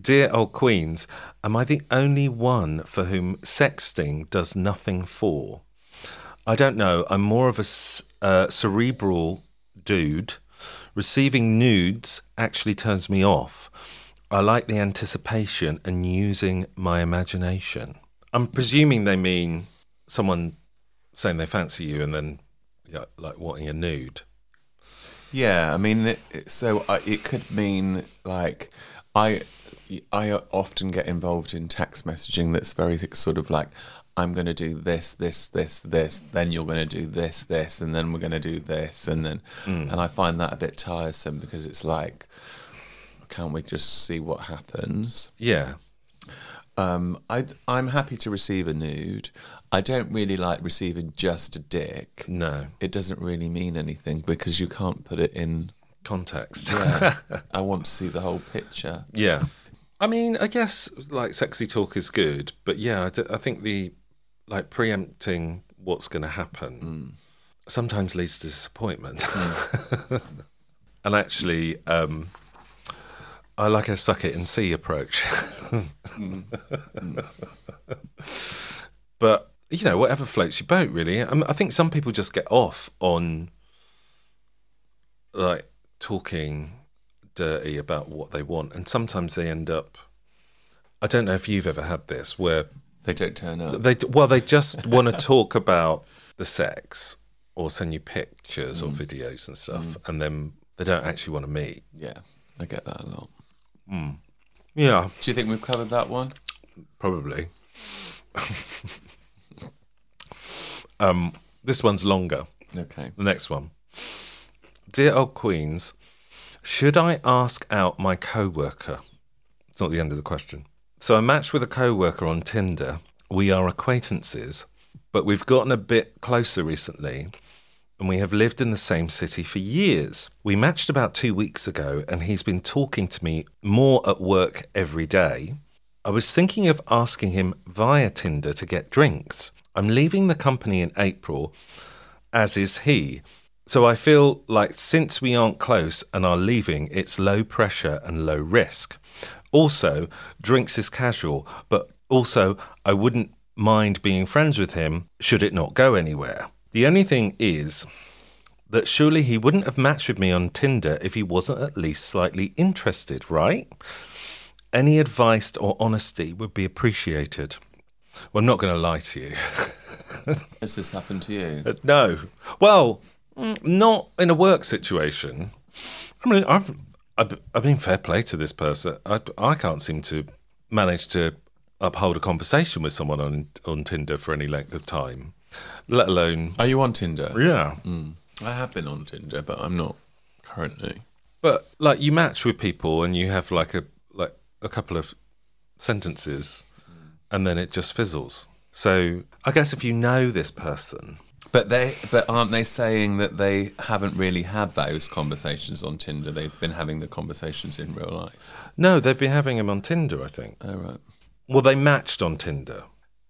[SPEAKER 2] Dear old Queens, am I the only one for whom sexting does nothing for? I don't know. I'm more of a s- uh, cerebral dude. Receiving nudes actually turns me off. I like the anticipation and using my imagination. I'm presuming they mean someone saying they fancy you and then you know, like wanting a nude.
[SPEAKER 3] Yeah, I mean, it, it- so I, it could mean like I I often get involved in text messaging that's very sort of like I'm going to do this, this, this, this, then you're going to do this, this, and then we're going to do this, and then
[SPEAKER 2] Hmm.
[SPEAKER 3] and I find that a bit tiresome because it's like, can't we just see what happens?
[SPEAKER 2] Yeah.
[SPEAKER 3] Um, I I'm happy to receive a nude. I don't really like receiving just a dick.
[SPEAKER 2] No.
[SPEAKER 3] It doesn't really mean anything because you can't put it in
[SPEAKER 2] Context.
[SPEAKER 3] yeah, I want to see the whole picture.
[SPEAKER 2] Yeah. I mean, I guess like sexy talk is good, but yeah, I, d- I think the like preempting what's going to happen sometimes leads to disappointment. and actually, um, I like a suck it and see approach. but you know, whatever floats your boat, really. Um, I, mean, I think some people just get off on like talking dirty about what they want, and sometimes they end up. I don't know if you've ever had this where
[SPEAKER 3] They don't turn up.
[SPEAKER 2] they well they just want to talk about the sex or send you pictures or videos and stuff, and then they don't actually want to meet.
[SPEAKER 3] yeah, I get that a lot.
[SPEAKER 2] Yeah,
[SPEAKER 3] Do you think we've covered that one?
[SPEAKER 2] probably. um, this one's longer.
[SPEAKER 3] Okay.
[SPEAKER 2] The next one. Dear old Queens, should I ask out my co worker? It's not the end of the question. So I matched with a co worker on Tinder. We are acquaintances, but we've gotten a bit closer recently and we have lived in the same city for years. We matched about two weeks ago and he's been talking to me more at work every day. I was thinking of asking him via Tinder to get drinks. I'm leaving the company in April as is he. So I feel like since we aren't close and are leaving, it's low pressure and low risk. Also, drinks is casual, but also I wouldn't mind being friends with him should it not go anywhere. The only thing is that surely he wouldn't have matched with me on Tinder if he wasn't at least slightly interested, right? Any advice or honesty would be appreciated. Well, I'm not going to lie to you.
[SPEAKER 3] Has this happened to you?
[SPEAKER 2] Uh, No. Well, mm, not in a work situation. I mean, I've, I've, I've been fair play to this person. I, I can't seem to manage to uphold a conversation with someone on, on Tinder for any length of time, let alone.
[SPEAKER 3] Are you on Tinder?
[SPEAKER 2] Yeah.
[SPEAKER 3] I have been on Tinder, but I'm not currently.
[SPEAKER 2] But like you match with people and you have like a like a couple of sentences and then it just fizzles. So I guess if you know this person,
[SPEAKER 3] But they, but aren't they saying that they haven't really had those conversations on Tinder? They've been having the conversations in real life.
[SPEAKER 2] no, they've been having him on Tinder, I think.
[SPEAKER 3] All Oh, right.
[SPEAKER 2] Well, they matched on Tinder.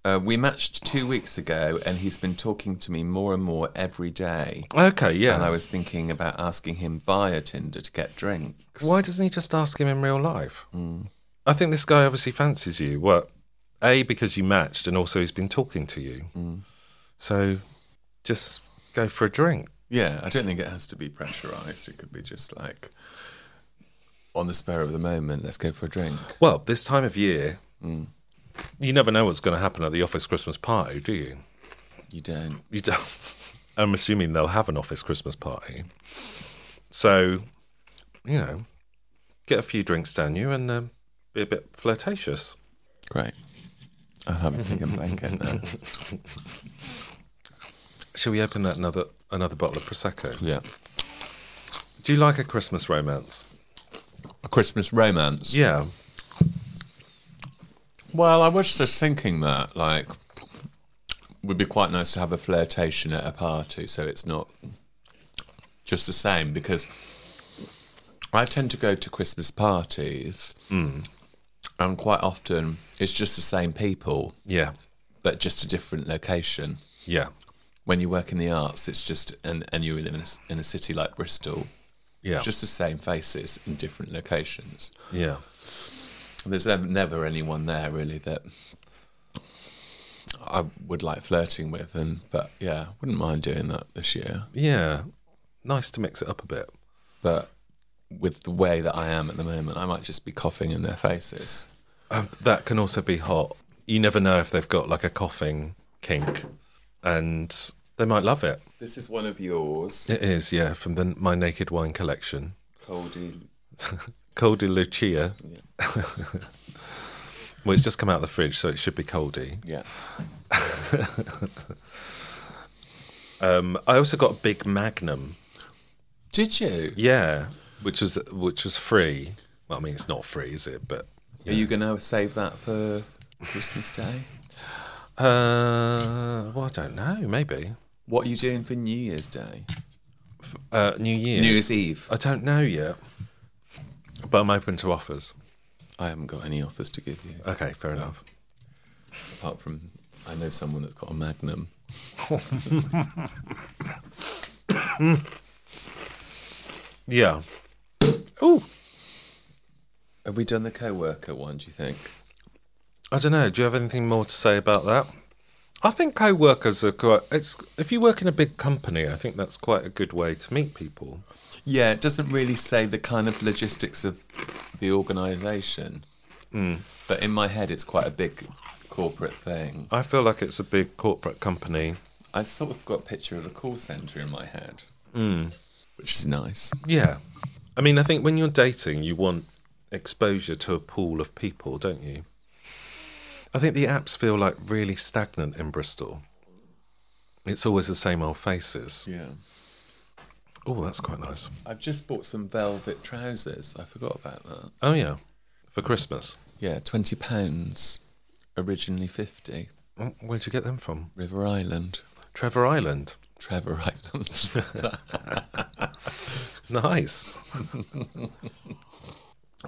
[SPEAKER 3] Uh, we matched two weeks ago, and he's been talking to me more and more every day.
[SPEAKER 2] Okay, yeah.
[SPEAKER 3] And I was thinking about asking him via Tinder to get drinks.
[SPEAKER 2] Why doesn't he just ask him in real life? I think this guy obviously fancies you. Well, a because you Mm. matched, and also he's been talking to you. So just go for a drink.
[SPEAKER 3] Yeah, I don't think it has to be pressurized. It could be just like on the spur of the moment, let's go for a drink.
[SPEAKER 2] Well, this time of year, you never know what's going to happen at the office Christmas party, do you?
[SPEAKER 3] You don't.
[SPEAKER 2] You don't. I'm assuming they'll have an office Christmas party. So, you know, get a few drinks down you and um, be a bit flirtatious.
[SPEAKER 3] Great. I'll have a vegan blanket now.
[SPEAKER 2] Shall we open that another another bottle of prosecco?
[SPEAKER 3] Yeah.
[SPEAKER 2] Do you like a Christmas romance?
[SPEAKER 3] A Christmas romance.
[SPEAKER 2] Yeah.
[SPEAKER 3] Well, I was just thinking that, like, would be quite nice to have a flirtation at a party, so it's not just the same. Because I tend to go to Christmas parties, and quite often it's just the same people,
[SPEAKER 2] Yeah.
[SPEAKER 3] but just a different location.
[SPEAKER 2] Yeah.
[SPEAKER 3] When you work in the arts, it's just and and you live in a, s- in a city like Bristol,
[SPEAKER 2] Yeah.
[SPEAKER 3] it's just the same faces in different locations.
[SPEAKER 2] yeah.
[SPEAKER 3] And There's never, never anyone there really that I would like flirting with, and but yeah, wouldn't mind doing that this year.
[SPEAKER 2] Yeah. Nice to mix it up a bit.
[SPEAKER 3] But with the way that I am at the moment, I might just be coughing in their faces.
[SPEAKER 2] Um, that can also be hot. You never know if they've got like a coughing kink, and they might love it.
[SPEAKER 3] This is one of yours,
[SPEAKER 2] It is, yeah, from the my naked wine collection,
[SPEAKER 3] Coldy.
[SPEAKER 2] Col di Lucia. well, it's just come out of the fridge, so it should be coldy.
[SPEAKER 3] Yeah,
[SPEAKER 2] Um, I also got a big Magnum,
[SPEAKER 3] did you?
[SPEAKER 2] yeah, which was which was free. Well, I mean, it's not free, is it? But
[SPEAKER 3] Are you gonna save that for Christmas Day?
[SPEAKER 2] uh, well, I don't know. Maybe
[SPEAKER 3] What are you doing for New Year's Day?
[SPEAKER 2] uh, New Year's.
[SPEAKER 3] New Year's Eve.
[SPEAKER 2] I don't know yet, but I'm open to offers.
[SPEAKER 3] I haven't got any offers to give you,
[SPEAKER 2] Okay, fair enough.
[SPEAKER 3] apart from I know someone that's got a Magnum.
[SPEAKER 2] Yeah. Oh,
[SPEAKER 3] Have we done the co-worker one? Do you think?
[SPEAKER 2] I don't know. Do you have anything more to say about that? I think co-workers are quite. It's if you work in a big company, I think that's quite a good way to meet people.
[SPEAKER 3] Yeah, it doesn't really say the kind of logistics of the organisation, but in my head, it's quite a big corporate thing.
[SPEAKER 2] I feel like it's a big corporate company.
[SPEAKER 3] I sort of got a picture of a call centre in my head, which is nice.
[SPEAKER 2] Yeah, I mean, I think when you're dating, you want exposure to a pool of people, don't you? I think the apps feel like really stagnant in Bristol. It's always the same old faces.
[SPEAKER 3] Yeah,
[SPEAKER 2] Oh, that's quite nice.
[SPEAKER 3] I've just bought some velvet trousers. I forgot about that.
[SPEAKER 2] Oh yeah, for Christmas.
[SPEAKER 3] Yeah, twenty pounds, originally fifty.
[SPEAKER 2] Oh, Where'd you get them from?
[SPEAKER 3] River Island,
[SPEAKER 2] Trevor Island.
[SPEAKER 3] Trevor Island,
[SPEAKER 2] Nice.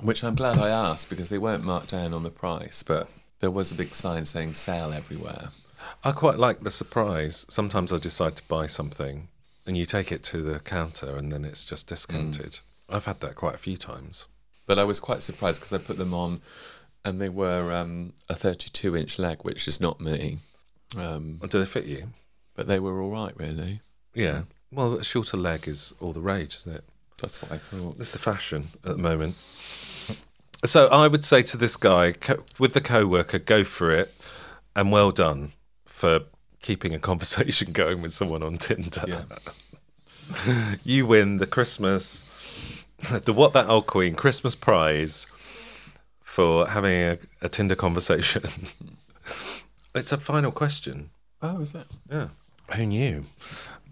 [SPEAKER 3] which I'm glad I asked because they weren't marked down on the price, but there was a big sign saying sale everywhere.
[SPEAKER 2] I quite like the surprise. Sometimes I decide to buy something and you take it to the counter and then it's just discounted. I've had that quite a few times.
[SPEAKER 3] But I was quite surprised because I put them on, and they were um, a 32 inch leg, which is not me. Um,
[SPEAKER 2] Do they fit you?
[SPEAKER 3] but they were all right, really.
[SPEAKER 2] Yeah. Well, a shorter leg is all the rage, isn't it?
[SPEAKER 3] That's what I thought.
[SPEAKER 2] That's the fashion at the moment. So I would say to this guy co- with the coworker, go for it, and well done for keeping a conversation going with someone on Tinder.
[SPEAKER 3] Yeah.
[SPEAKER 2] you win the Christmas, the What That Old Queen Christmas prize for having a, a Tinder conversation. it's a final question.
[SPEAKER 3] Oh, is that?
[SPEAKER 2] Yeah. Who knew?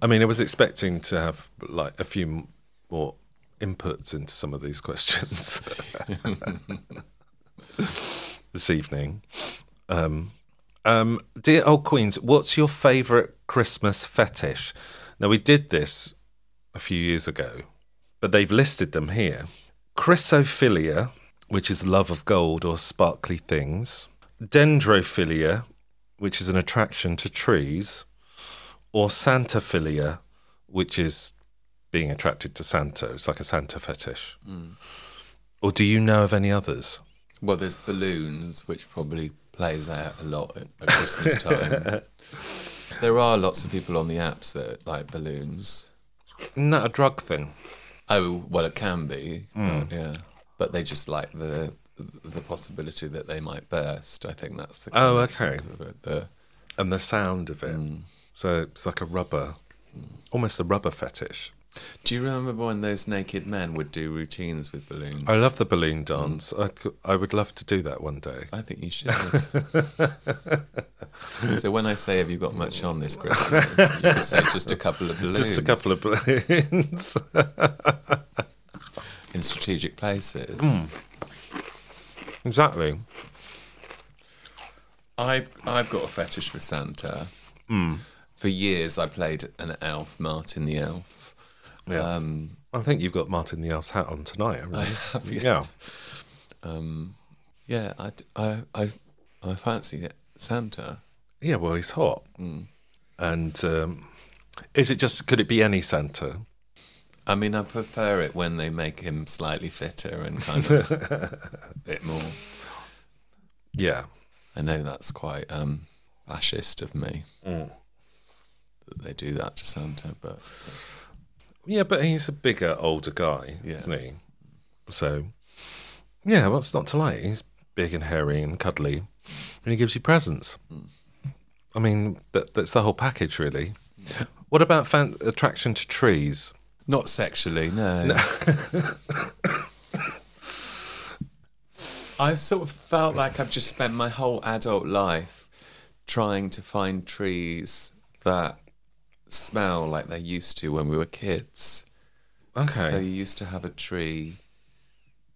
[SPEAKER 2] I mean, I was expecting to have like a few m- more inputs into some of these questions this evening. Um, um, dear old queens, what's your favourite Christmas fetish? Now we did this a few years ago, but they've listed them here: chrysophilia, which is love of gold or sparkly things; dendrophilia, which is an attraction to trees; or santaphilia, which is being attracted to Santa. It's like a Santa fetish.
[SPEAKER 3] Mm.
[SPEAKER 2] Or do you know of any others?
[SPEAKER 3] Well, there's balloons, which probably plays out a lot at, at Christmas time. there are lots of people on the apps that like balloons.
[SPEAKER 2] Isn't that a drug thing?
[SPEAKER 3] Oh well, it can be.
[SPEAKER 2] Mm.
[SPEAKER 3] uh, yeah, but they just like the the possibility that they might burst. I think that's the
[SPEAKER 2] Oh,
[SPEAKER 3] kind of
[SPEAKER 2] okay.
[SPEAKER 3] thing of it, the-
[SPEAKER 2] And the sound of it.
[SPEAKER 3] Mm.
[SPEAKER 2] So it's like a rubber, almost a rubber fetish.
[SPEAKER 3] Do you remember when those naked men would do routines with balloons?
[SPEAKER 2] I love the balloon dance. I c I I, would love to do that one day.
[SPEAKER 3] I think you should. so when I say, "Have you got much on this Christmas?" you could say just a couple of balloons.
[SPEAKER 2] Just a couple of balloons.
[SPEAKER 3] in strategic places.
[SPEAKER 2] Hmm. exactly.
[SPEAKER 3] I've I've got a fetish for Santa.
[SPEAKER 2] Hmm.
[SPEAKER 3] For years, I played an elf, Martin the elf.
[SPEAKER 2] Yeah.
[SPEAKER 3] Um,
[SPEAKER 2] I think you've got Martin the Elf's hat on tonight. haven't
[SPEAKER 3] I
[SPEAKER 2] you?
[SPEAKER 3] have, yeah.
[SPEAKER 2] yeah.
[SPEAKER 3] um, yeah, I, d- I, I, I fancy it. Santa.
[SPEAKER 2] Yeah, well, he's hot.
[SPEAKER 3] Mm.
[SPEAKER 2] And um, is it just, could it be any Santa?
[SPEAKER 3] I mean, I prefer it when they make him slightly fitter and kind of a bit more.
[SPEAKER 2] Yeah.
[SPEAKER 3] I know that's quite um, fascist of me that they do that to Santa, but
[SPEAKER 2] Yeah, but he's a bigger, older guy,
[SPEAKER 3] Yeah.
[SPEAKER 2] isn't he? So, yeah, what's not to like? He's big and hairy and cuddly, and he gives you presents.
[SPEAKER 3] Mm.
[SPEAKER 2] I mean, that, that's the whole package, really. What about fan- attraction to trees?
[SPEAKER 3] not sexually. No. I've sort of felt like I've just spent my whole adult life trying to find trees that smell like they used to when we were kids.
[SPEAKER 2] Okay.
[SPEAKER 3] So you used to have a tree.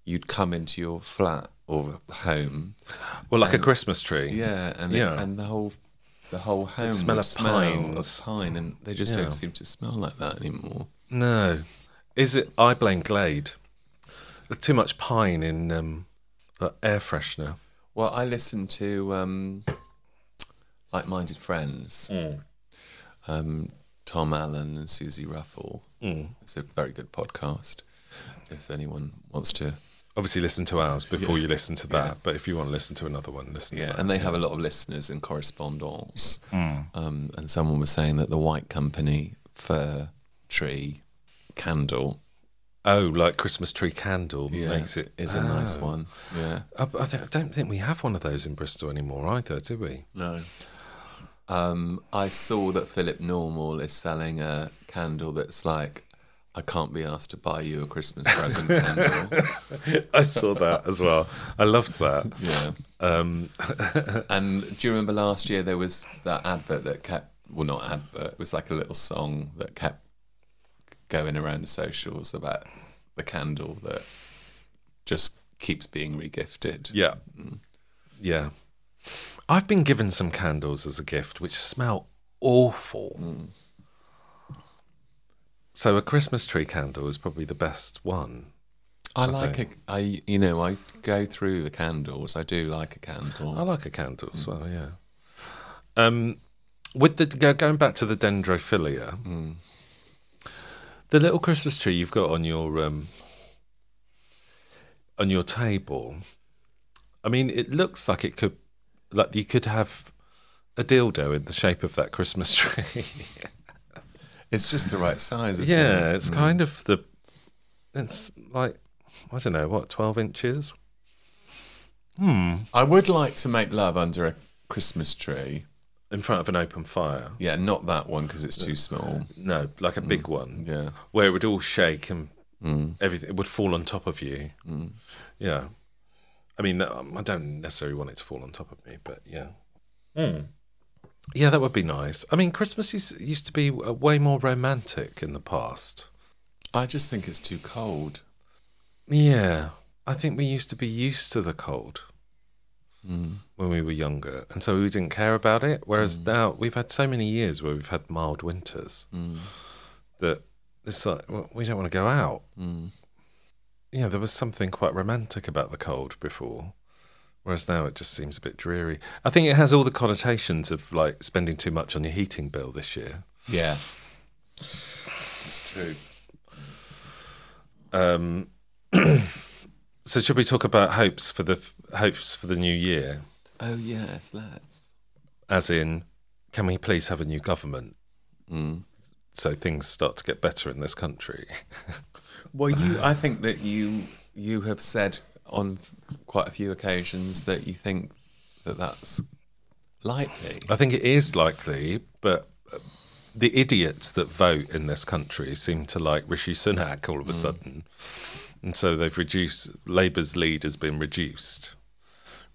[SPEAKER 3] You'd come into your flat or home.
[SPEAKER 2] well, like a Christmas tree.
[SPEAKER 3] Yeah, and
[SPEAKER 2] Yeah.
[SPEAKER 3] and the whole the whole home would
[SPEAKER 2] smell of
[SPEAKER 3] smell
[SPEAKER 2] pines.
[SPEAKER 3] of pine, and they just
[SPEAKER 2] Yeah.
[SPEAKER 3] don't seem to smell like that anymore.
[SPEAKER 2] No. Is it, I blame Glade. There's too much pine in um, the air freshener.
[SPEAKER 3] Well, I listen to um, like-minded friends,
[SPEAKER 2] Mm.
[SPEAKER 3] um, Tom Allen and Susie Ruffle.
[SPEAKER 2] Mm.
[SPEAKER 3] It's a very good podcast. If anyone wants to,
[SPEAKER 2] Obviously, listen to ours before you listen to that. But if you want to listen to another one, listen to
[SPEAKER 3] yeah,
[SPEAKER 2] that.
[SPEAKER 3] and they have a lot of listeners and correspondence. Um, and someone was saying that the White Company fir tree candle
[SPEAKER 2] Oh, like Christmas tree candle
[SPEAKER 3] yeah,
[SPEAKER 2] makes it.
[SPEAKER 3] is a nice
[SPEAKER 2] Oh.
[SPEAKER 3] one. Yeah.
[SPEAKER 2] I, I thi- I don't think we have one of those in Bristol anymore either, do we?
[SPEAKER 3] No. Um, I saw that Philip Normal is selling a candle that's like, I can't be asked to buy you a Christmas present candle.
[SPEAKER 2] I saw that as well. I loved that.
[SPEAKER 3] Yeah.
[SPEAKER 2] Um,
[SPEAKER 3] and do you remember last year there was that advert that kept, well, not advert, it was like a little song that kept going around the socials about the candle that just keeps being regifted.
[SPEAKER 2] Yeah. Yeah. I've been given some candles as a gift which smell awful. So a Christmas tree candle is probably the best one.
[SPEAKER 3] I like a, I, you know, I go through the candles. I do like a candle.
[SPEAKER 2] I like a candle as well, yeah. Um, with the go- going back to the dendrophilia, the little Christmas tree you've got on your um, on your table. I mean, it looks like it could, like you could have a dildo in the shape of that Christmas tree.
[SPEAKER 3] It's just the right size. Isn't
[SPEAKER 2] yeah,
[SPEAKER 3] it?
[SPEAKER 2] it's kind of the. It's like I don't know what twelve inches.
[SPEAKER 3] I would like to make love under a Christmas tree.
[SPEAKER 2] In front of an open fire.
[SPEAKER 3] Yeah, not that one because it's
[SPEAKER 2] Uh,
[SPEAKER 3] too small.
[SPEAKER 2] No, like a big one.
[SPEAKER 3] Yeah.
[SPEAKER 2] where it would all shake and everything it would fall on top of you. Yeah, I mean, um, I don't necessarily want it to fall on top of me, but yeah, yeah, that would be nice. I mean, Christmas used, used to be uh, way more romantic in the past.
[SPEAKER 3] I just think it's too cold.
[SPEAKER 2] Yeah, I think we used to be used to the cold when we were younger, and so we didn't care about it. Whereas now we've had so many years where we've had mild winters that it's like well, we don't want to go out. Yeah, there was something quite romantic about the cold before. Whereas now it just seems a bit dreary. I think it has all the connotations of like spending too much on your heating bill this year.
[SPEAKER 3] Yeah. It's true.
[SPEAKER 2] So should we talk about hopes for the hopes for the new year?
[SPEAKER 3] Oh, yes, let's.
[SPEAKER 2] as in, can we please have a new government? so things start to get better in this country.
[SPEAKER 3] Well, you, I think that you you have said on quite a few occasions that you think that that's likely.
[SPEAKER 2] I think it is likely, but uh, the idiots that vote in this country seem to like Rishi Sunak all of a sudden, and so they've reduced Labour's lead has been reduced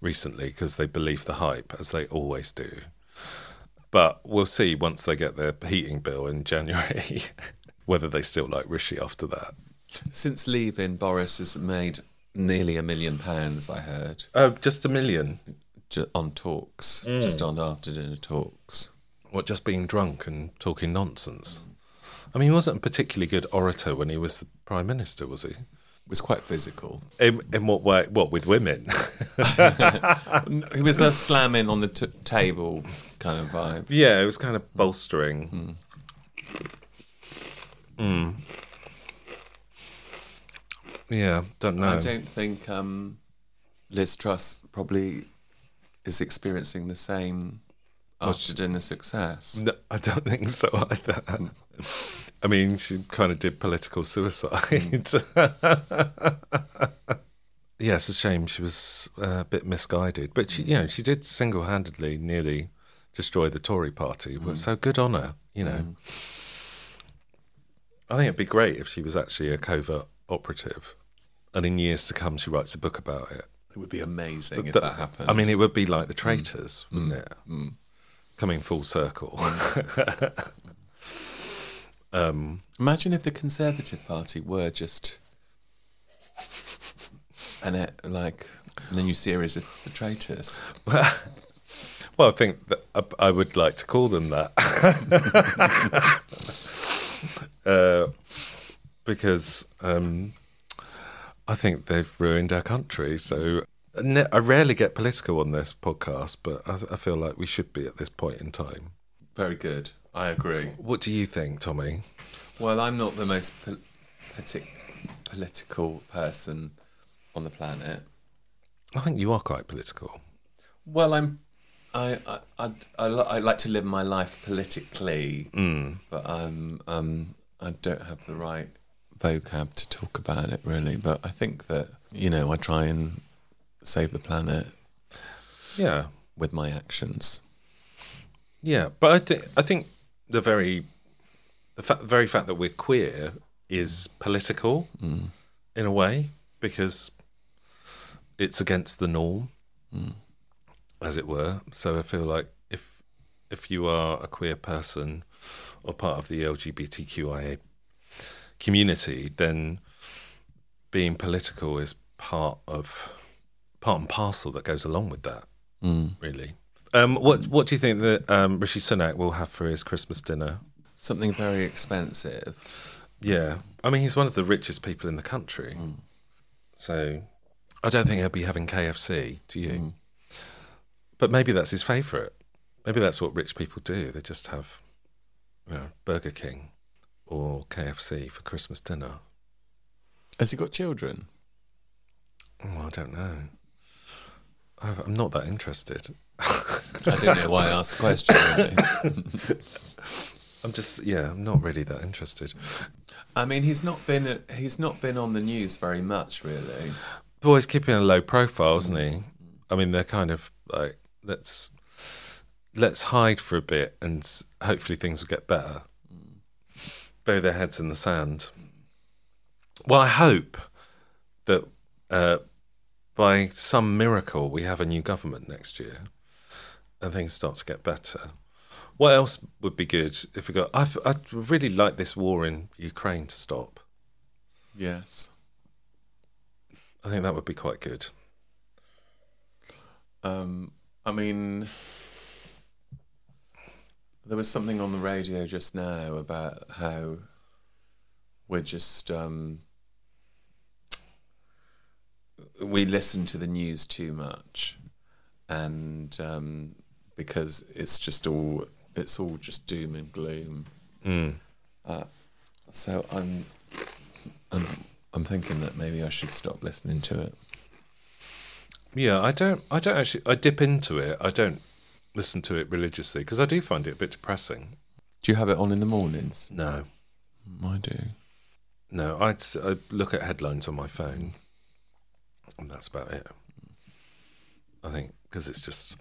[SPEAKER 2] recently because they believe the hype as they always do. But we'll see once they get their heating bill in January whether they still like Rishi after that.
[SPEAKER 3] Since leaving, Boris has made nearly a million pounds. I heard
[SPEAKER 2] Oh, just a million.
[SPEAKER 3] ju- on talks, just on after dinner talks.
[SPEAKER 2] What, just being drunk and talking nonsense? I mean, he wasn't a particularly good orator when he was the prime minister, was he?
[SPEAKER 3] It was quite physical.
[SPEAKER 2] In, in what way? What with women?
[SPEAKER 3] It was a slamming on the t- table kind of vibe.
[SPEAKER 2] yeah, it was kind of bolstering. Mm. Hmm. Yeah, don't know.
[SPEAKER 3] I don't think um, Liz Truss probably is experiencing the same after dinner success.
[SPEAKER 2] No, I don't think so either. I mean, she kind of did political suicide. yeah, it's a shame she was uh, a bit misguided, but she, you know, she did single-handedly nearly destroy the Tory party. But
[SPEAKER 3] Mm.
[SPEAKER 2] So good on her, you know. I think it'd be great if she was actually a covert operative, and in years to come, she writes a book about it.
[SPEAKER 3] It would be amazing if
[SPEAKER 2] That-
[SPEAKER 3] that Mm. happened.
[SPEAKER 2] I mean, it would be like the traitors, wouldn't it?
[SPEAKER 3] Mm.
[SPEAKER 2] Coming full circle.
[SPEAKER 3] Imagine if the Conservative Party were just an e- like a new series of the traitors.
[SPEAKER 2] Well, I think that I- I would like to call them that. uh, because um, I think they've ruined our country. So ne- I rarely get political on this podcast, but I, I feel like we should be at this point in time.
[SPEAKER 3] Very good. I agree.
[SPEAKER 2] What do you think, Tommy?
[SPEAKER 3] Well, I'm not the most pol- politi- political person on the planet.
[SPEAKER 2] I think you are quite political.
[SPEAKER 3] Well, I'm. I I I'd- I, li- I like to live my life politically, but I'm um I don't have the right vocab to talk about it really. But I think that you know I try and save the planet
[SPEAKER 2] Yeah.
[SPEAKER 3] with my actions.
[SPEAKER 2] Yeah, but I think I think the very the fa- very fact that we're queer is political in a way because it's against the norm, as it were. So I feel like if if you are a queer person or part of the LGBTQIA community, then being political is part of part and parcel that goes along with that really. Um, what what do you think that um, Rishi Sunak will have for his Christmas dinner?
[SPEAKER 3] Something very expensive.
[SPEAKER 2] Yeah, I mean he's one of the richest people in the country, so I don't think he'll be having KFC. Do you? But maybe that's his favourite. Maybe that's what rich people do. They just have you know, Burger King or KFC for Christmas dinner.
[SPEAKER 3] Has he got children?
[SPEAKER 2] Oh, I don't know. I've, I'm not that interested.
[SPEAKER 3] I don't know why I asked the question. Really.
[SPEAKER 2] I'm just yeah, I'm not really that interested.
[SPEAKER 3] I mean, he's not been he's not been on the news very much, really.
[SPEAKER 2] But he's keeping a low profile, isn't he? I mean, they're kind of like let's let's hide for a bit, and s- hopefully things will get better. Bury their heads in the sand. Well, I hope that uh, by some miracle we have a new government next year, and things start to get better. What else would be good if we got? I I'd really like this war in Ukraine to stop.
[SPEAKER 3] Yes.
[SPEAKER 2] I think that would be quite good.
[SPEAKER 3] Um, I mean, there was something on the radio just now about how we're just um, we listen to the news too much, and um, because it's just all it's all just doom and gloom. Uh, so I'm, I'm I'm thinking that maybe I should stop listening to it.
[SPEAKER 2] Yeah, I don't. I don't actually. I dip into it. I don't listen to it religiously because I do find it a bit depressing.
[SPEAKER 3] Do you have it on in the mornings?
[SPEAKER 2] No.
[SPEAKER 3] I do.
[SPEAKER 2] No, I'd, s- I'd look at headlines on my phone, and that's about it. I think because it's just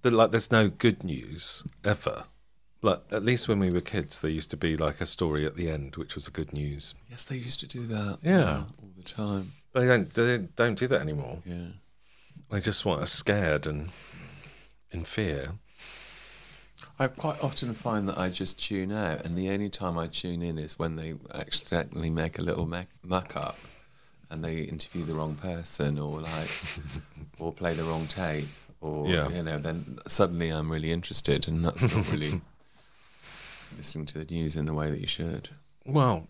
[SPEAKER 2] that like there's no good news ever. Like at least when we were kids, there used to be like a story at the end, which was the good news.
[SPEAKER 3] Yes, they used to do that.
[SPEAKER 2] Yeah.
[SPEAKER 3] all the time.
[SPEAKER 2] They don't they don't- don't do that anymore.
[SPEAKER 3] Yeah.
[SPEAKER 2] They just want us scared and in fear.
[SPEAKER 3] I quite often find that I just tune out, and the only time I tune in is when they accidentally make a little mac- muck up, and they interview the wrong person, or like, or play the wrong tape, or
[SPEAKER 2] Yeah.
[SPEAKER 3] you know, then suddenly I'm really interested, and that's not really listening to the news in the way that you should.
[SPEAKER 2] Well,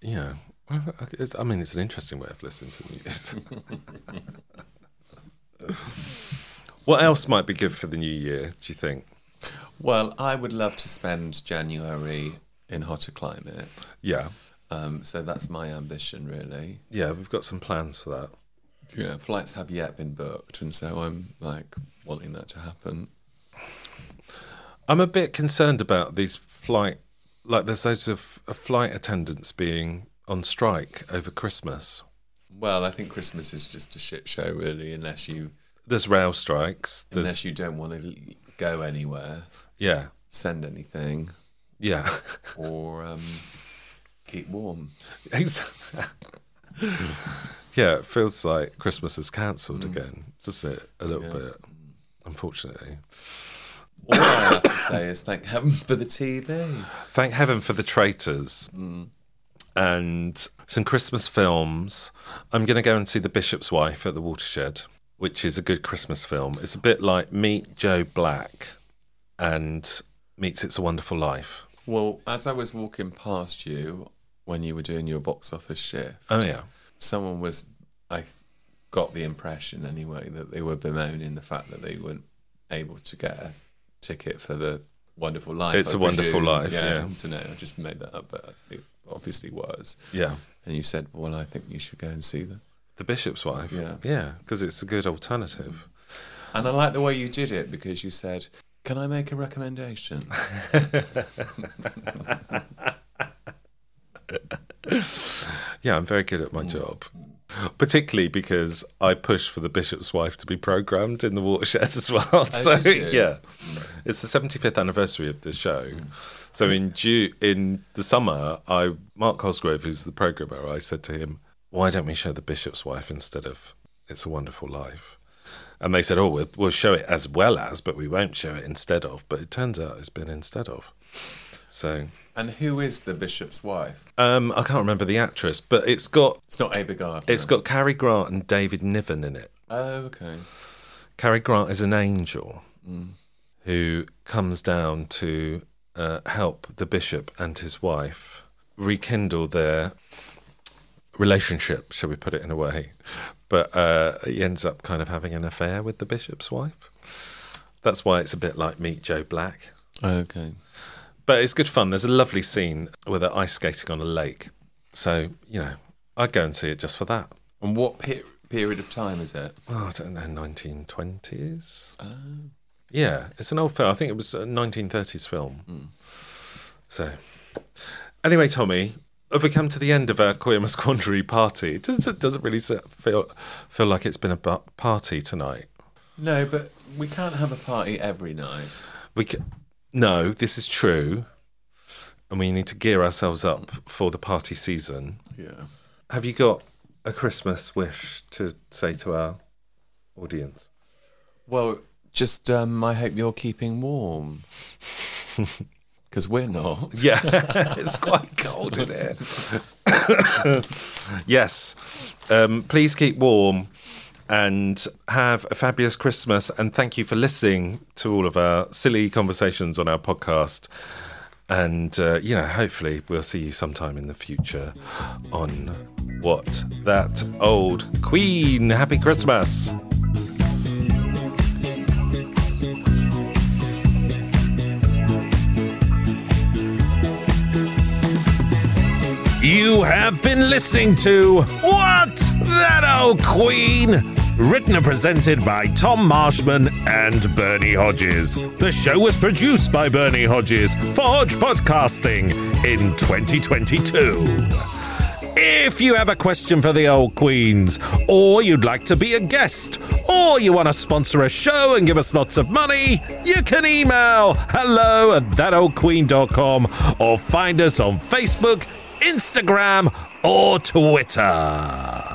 [SPEAKER 2] yeah. I- I- It's, I mean, it's an interesting way of listening to news. what else might be good for the new year? Do you think?
[SPEAKER 3] Well, I would love to spend January in hotter climate,
[SPEAKER 2] Yeah,
[SPEAKER 3] um, so that's my ambition, really.
[SPEAKER 2] yeah. We've got some plans for that.
[SPEAKER 3] Yeah, flights have yet been booked, and so I'm like wanting that to happen.
[SPEAKER 2] I'm a bit concerned about these flight, like there's those of, of flight attendants being on strike over Christmas.
[SPEAKER 3] Well, I think Christmas is just a shit show, really, unless you
[SPEAKER 2] There's rail strikes. There's
[SPEAKER 3] unless you don't want to go anywhere,
[SPEAKER 2] yeah,
[SPEAKER 3] send anything,
[SPEAKER 2] yeah.
[SPEAKER 3] or um, keep warm.
[SPEAKER 2] Ex- yeah, it feels like Christmas is cancelled again, does it? A little bit, unfortunately.
[SPEAKER 3] All I have to say is thank heaven for the TV.
[SPEAKER 2] Thank heaven for the traitors and some Christmas films. I'm going to go and see The Bishop's Wife at the Watershed, which is a good Christmas film. It's a bit like Meet Joe Black and Meets It's a Wonderful Life.
[SPEAKER 3] Well, as I was walking past you when you were doing your box office shift,
[SPEAKER 2] Oh, yeah.
[SPEAKER 3] someone was I got the impression anyway that they were bemoaning the fact that they weren't able to get a ticket for the Wonderful Life.
[SPEAKER 2] It's
[SPEAKER 3] a
[SPEAKER 2] a Wonderful Life, yeah.
[SPEAKER 3] I don't know. I just made that up, but it obviously was.
[SPEAKER 2] Yeah.
[SPEAKER 3] And you said, "Well, I think you should go and see them."
[SPEAKER 2] The Bishop's Wife.
[SPEAKER 3] Yeah.
[SPEAKER 2] Yeah, because it's a good alternative.
[SPEAKER 3] And I like the way you did it because you said, "Can I make a recommendation?"
[SPEAKER 2] Yeah, I'm very good at
[SPEAKER 3] Hmm.
[SPEAKER 2] my job. Particularly because I push for the bishop's wife to be programmed in the watershed as well. so
[SPEAKER 3] Oh, did you? Hmm.
[SPEAKER 2] yeah, it's the 75th anniversary of the show. So in Ju- in the summer, I Mark Cosgrove, who's the programmer, I said to him, "Why don't we show the bishop's wife instead of It's a Wonderful Life?" And they said, "Oh, we'll, we'll show it as well as, but we won't show it instead of." But it turns out it's been instead of. So
[SPEAKER 3] and who is the bishop's wife?
[SPEAKER 2] um, I can't remember the actress, but it's got
[SPEAKER 3] It's not Ava Gardner.
[SPEAKER 2] it's got Cary Grant and David Niven in it.
[SPEAKER 3] Oh, okay.
[SPEAKER 2] Cary Grant is an angel who comes down to uh, help the bishop and his wife rekindle their relationship, shall we put it in a way. But uh, he ends up kind of having an affair with the bishop's wife. That's why it's a bit like Meet Joe Black.
[SPEAKER 3] Okay.
[SPEAKER 2] But it's good fun. There's a lovely scene where they're ice skating on a lake. So, you know, I'd go and see it just for that.
[SPEAKER 3] And what per- period of time is it?
[SPEAKER 2] Oh, I don't know, 1920s?
[SPEAKER 3] Oh.
[SPEAKER 2] Yeah, it's an old film. I think it was a 1930s film.
[SPEAKER 3] Hmm.
[SPEAKER 2] So, anyway, Tommy, have we come to the end of our Queermas Quandary party? It doesn't, it doesn't really s- feel feel like it's been a bu- party tonight.
[SPEAKER 3] No, but we can't have a party every night.
[SPEAKER 2] We c- no, this is true, and we need to gear ourselves up for the party season.
[SPEAKER 3] Yeah.
[SPEAKER 2] Have you got a Christmas wish to say to our audience?
[SPEAKER 3] Well, just um, I hope you're keeping warm. Because we're not.
[SPEAKER 2] Yeah, it's quite cold in here. yes, um, please keep warm and have a fabulous Christmas. And thank you for listening to all of our silly conversations on our podcast. And uh, you know, hopefully, we'll see you sometime in the future on what that old Queen. Happy Christmas.
[SPEAKER 1] You have been listening to What That Old Queen Written and presented by Tom Marshman and Bernie Hodges. The show was produced by Bernie Hodges for Hodge Podcasting in 2022. If you have a question for the old queens, or you'd like to be a guest, or you want to sponsor a show and give us lots of money, you can email hello at thatoldqueen.com or find us on Facebook, Instagram, or Twitter.